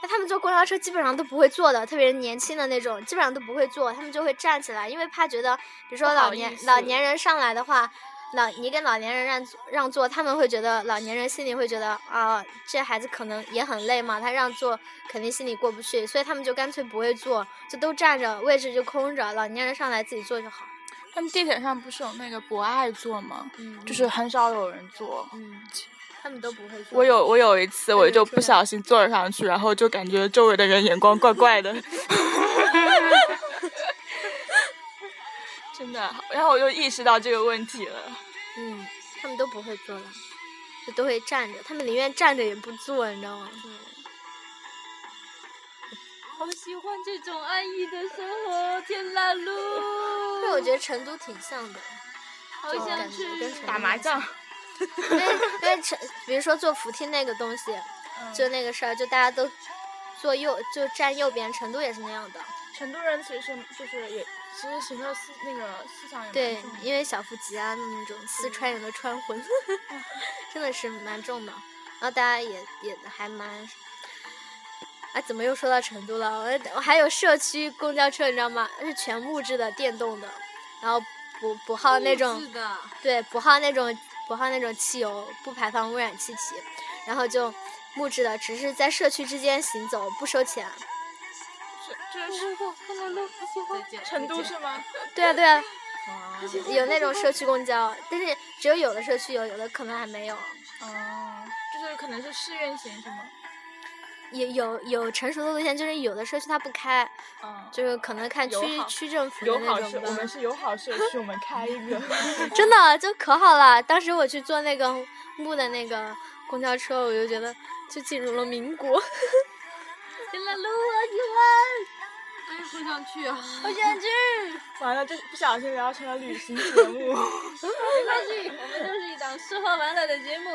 S2: 那他们坐公交车基本上都不会坐的，特别是年轻的那种，基本上都不会坐，他们就会站起来，因为怕觉得，比如说
S1: 不好
S2: 老年
S1: 意思
S2: 老年人上来的话，老你跟老年人让座让座，他们会觉得老年人心里会觉得啊、这孩子可能也很累嘛，他让座肯定心里过不去，所以他们就干脆不会坐，就都站着，位置就空着，老年人上来自己坐就好。
S1: 他们地铁上不是有那个博爱座吗？
S2: 嗯，
S1: 就是很少有人坐。
S2: 嗯，他们都不会坐。
S1: 我有我有一次，我
S2: 对
S1: 就
S2: 这
S1: 不
S2: 样
S1: 小心坐了上去，然后就感觉周围的人眼光怪怪
S2: <laughs>
S1: 的。 <laughs> 真的，然后我就意识到这个问题了。
S2: 嗯，他们都不会坐了，就都会站着，他们宁愿站着也不坐，你知道吗？
S5: 好喜欢这种安逸的生活，天蓝路，
S2: <laughs> 对，我觉得成都挺像的，
S5: 好
S2: 就
S5: 想
S2: 感觉跟
S5: 去
S2: 成。
S1: 打麻将，
S2: 因为因为成，比如说坐扶梯那个东西，就那个事儿，就大家都坐右，就站右边。成都也是那样的，
S1: 成都人其实就是也，其实行政思那个思想也蛮
S2: 对
S1: 重的，
S2: 因为小富即安的那种四川人的川魂， <laughs> 真的是蛮重的。然后大家也也还蛮。啊，怎么又说到成都了？我我还有社区公交车，你知道吗？是全木质的，电动的，然后不不耗那种
S5: 是的，
S2: 对，不耗那种不耗那种汽油，不排放污染气体，然后就木质的，只是在社区之间行走，不收钱。
S1: 这这是
S5: 再见。
S1: 成都
S5: 再见
S1: 是吗？
S2: 对啊，对啊，
S5: 哇
S1: 哦
S2: 有那种社区公交，但是只有有的社区有，有的可能还没有。
S1: 哦，就是可能是试运行是吗？
S2: 也有有成熟的路线，就是有的社区它不开，
S1: 嗯，
S2: 就是可能看区
S1: 友好
S2: 区政府的
S1: 友
S2: 那
S1: 好社，
S2: 种
S1: 我们
S2: 吧。
S1: 是友好社区，我们开一 <laughs> 个。
S2: 真的就可好了，当时我去坐那个木的那个公交车，我就觉得就进入了民国。 <laughs>
S5: 天蓝路，我喜欢。哎，好想去啊！好想去，
S1: 完了，这不小心聊成了旅行节目。
S5: 没关系，我们就是一档吃喝玩乐的节目。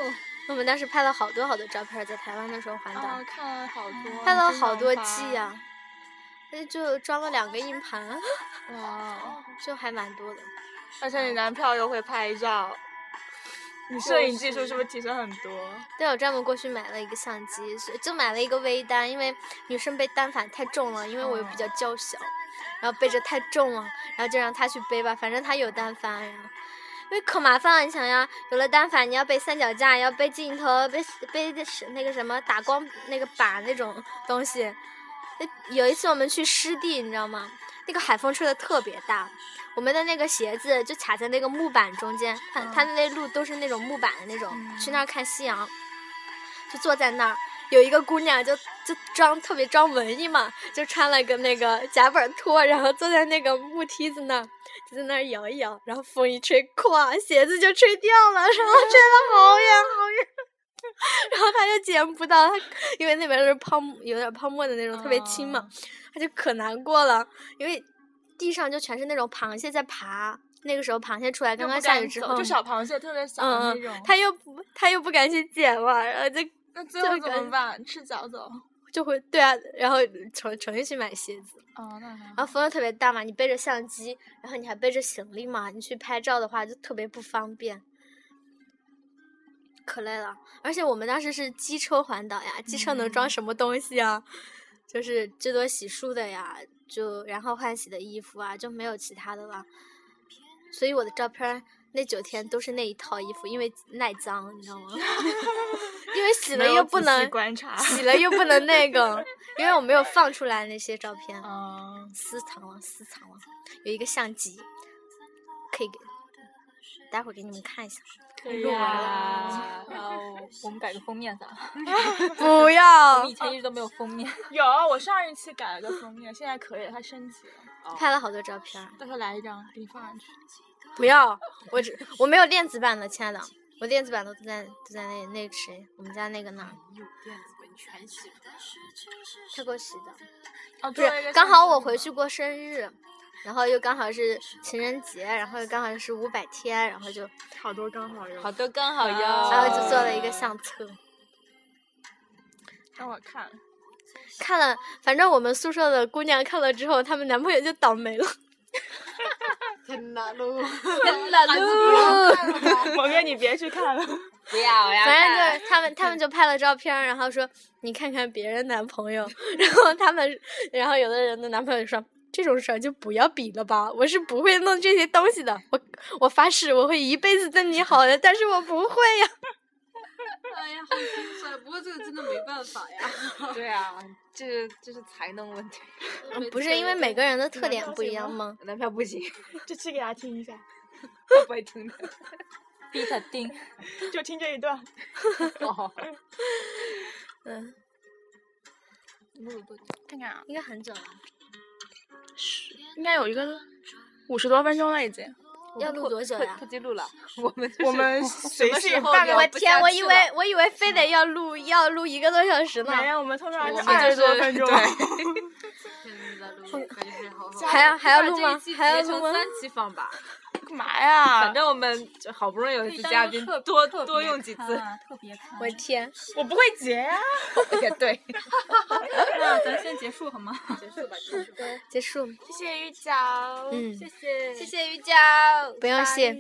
S2: 我们当时拍了好多好多照片，在台湾的时候环岛。
S4: 哦
S1: 啊，看了好多，
S2: 拍了
S1: 真
S2: 好
S1: 的
S2: 多
S1: 吧
S2: 季。呀、那就装了两个硬盘， <laughs>
S1: 哇！
S2: 就还蛮多的。
S1: <laughs> 而且你男票又会拍照， <laughs> 你摄影技术是不是提升很多？
S2: 对，我专门过去买了一个相机，所以就买了一个微单，因为女生背单反太重了，因为我又比较娇小，然后背着太重了，然后就让她去背吧，反正她有单反呀。因为可麻烦了，你想呀，有了单反，你要背三脚架，要背镜头，背背的是那个什么打光那个板那种东西。那有一次我们去湿地，你知道吗？那个海风吹得特别大，我们的那个鞋子就卡在那个木板中间，它它的那路都是那种木板的那种，去那儿看夕阳，就坐在那儿，有一个姑娘就就装特别装文艺嘛，就穿了个那个夹板拖，然后坐在那个木梯子那儿，就在那儿摇一摇，然后风一吹，咵，鞋子就吹掉了，然后吹得好远好远。 <laughs> 然后她就捡不到，她因为那边是泡沫，有点泡沫的那种，特别轻嘛，她就可难过了，因为地上就全是那种螃蟹在爬。那个时候螃蟹出来，
S1: 就
S2: 刚刚
S1: 不
S2: 下
S1: 敢
S2: 雨之
S1: 走
S2: 后，
S1: 就小螃蟹特别小的
S2: 嗯
S1: 那种
S2: 嗯，。他又不他又不敢去捡嘛，然后就
S1: 那最后
S2: 就
S1: 怎
S2: 感
S1: 么办？赤脚 <laughs> 走？
S2: 就会对啊，然后重重新去买鞋子，
S1: 哦，那还
S2: 然后风又特别大嘛，你背着相机，然后你还背着行李嘛，你去拍照的话就特别不方便，可累了。而且我们当时是机车环岛呀，机车能
S1: 嗯
S2: 装什么东西啊？就是最多洗漱的呀，就然后换洗的衣服啊，就没有其他的了。所以我的照片儿那九天都是那一套衣服，因为耐脏，你知道吗？ <laughs> 因为洗了
S1: 没有
S2: 又不
S1: 仔细
S2: 能
S1: 观察
S2: 洗了又不能那个，因为我没有放出来那些照
S1: <laughs>
S2: 片，
S1: 嗯，
S2: 私藏了，私藏了，啊有一个相机，可以给，待会儿给你们看一下。
S1: 可以
S5: 录完
S1: 啊
S5: 了。
S1: <laughs>
S5: 哇哦，我们改个封面吧。
S2: <laughs> 不
S5: 我
S2: 要
S5: 们以，前一直都没有封面，
S1: <laughs> 有，啊我上一期改了个封面，现在可以了，它升级了。
S2: <laughs> 拍了好多照片儿，
S1: 到时候来一张给你放上去。
S2: 不要，我只我没有电子版的，亲爱的，我电子版都在都在那那个谁，我们家那个那儿，
S5: 有电子文全洗了。
S2: 他给我洗的，
S1: 哦，
S2: 不
S1: 做了一
S2: 是，
S1: 个
S2: 刚
S1: 相
S2: 好
S1: 机
S2: 我
S1: 嘛
S2: 回去过生日。然后又刚好是情人节，然后又刚好是五百天，然后就，
S1: 好多刚好有。
S4: 好多刚好哟。
S2: 然后就做了一个相册。
S1: 让我 <laughs> 看，
S2: 看了，反正我们宿舍的姑娘看了之后，她们男朋友就倒霉了。天哪
S5: <laughs>
S2: 喽！
S4: <laughs>
S2: 天哪喽！
S1: 蒙哥你别去看了。
S4: 不要，我要
S2: 反正
S4: 看
S2: 就是他们，他们就拍了照片儿，然后说你看看别人男朋友， <laughs> 然后他们，然后有的人的男朋友就说这种事儿就不要比了吧，我是不会弄这些东西的，我我发誓我会一辈子对你好的，但是我不会呀。
S5: 哎呀，好心酸。不过这个真的没办法呀。
S4: 对啊，这这是才能问题，
S2: <laughs> 嗯不是因为每个人的特点不一样
S1: 你
S2: 吗？
S4: 我男票不行，
S1: <laughs>
S4: <laughs>
S1: 这期给大家听一下，
S4: 他不会听的。
S5: 逼他定。
S1: 就听这一段。
S4: <laughs> 哦，
S2: 嗯，
S5: 录了多久？
S1: 看看啊，
S2: 应该很久了，
S1: 应该有一个五十多分钟了已经。
S2: 要录多久呀？
S4: 不记录了，我们就是
S1: 我 <laughs> 们随
S4: 么
S1: 时
S4: 时候
S1: 半
S4: 聊
S1: 个
S2: 我
S4: 不
S2: 啊天，
S4: 下
S2: 我
S4: 去
S2: 以
S4: 了
S2: 为我以为非得要录要录一个多小时呢，
S1: 没有，我们通常
S4: 我
S1: 是
S4: 们
S1: 二
S4: 就
S1: 十多
S4: 是
S1: 分钟。
S4: 对
S5: 真的录，感觉
S2: <laughs>
S5: 是好好。
S2: 还要啊还要
S4: 把
S2: 录
S4: 这
S2: 吗
S4: 一期？
S2: 还要
S4: 截成
S2: 录吗？
S4: 三期放吧，
S1: <laughs> 干嘛呀？
S4: 反正我们就好不容易有一次嘉宾，多多用几次。 <laughs>
S5: 啊，特别看。
S2: 我天，
S1: 我不会截 <laughs> 呀、
S4: 也对，
S5: 那咱先结束好吗？结束吧，结束。
S2: 结束，
S1: 谢谢鱼角，
S2: 嗯
S1: 谢谢，谢
S2: 谢谢鱼角，不用谢。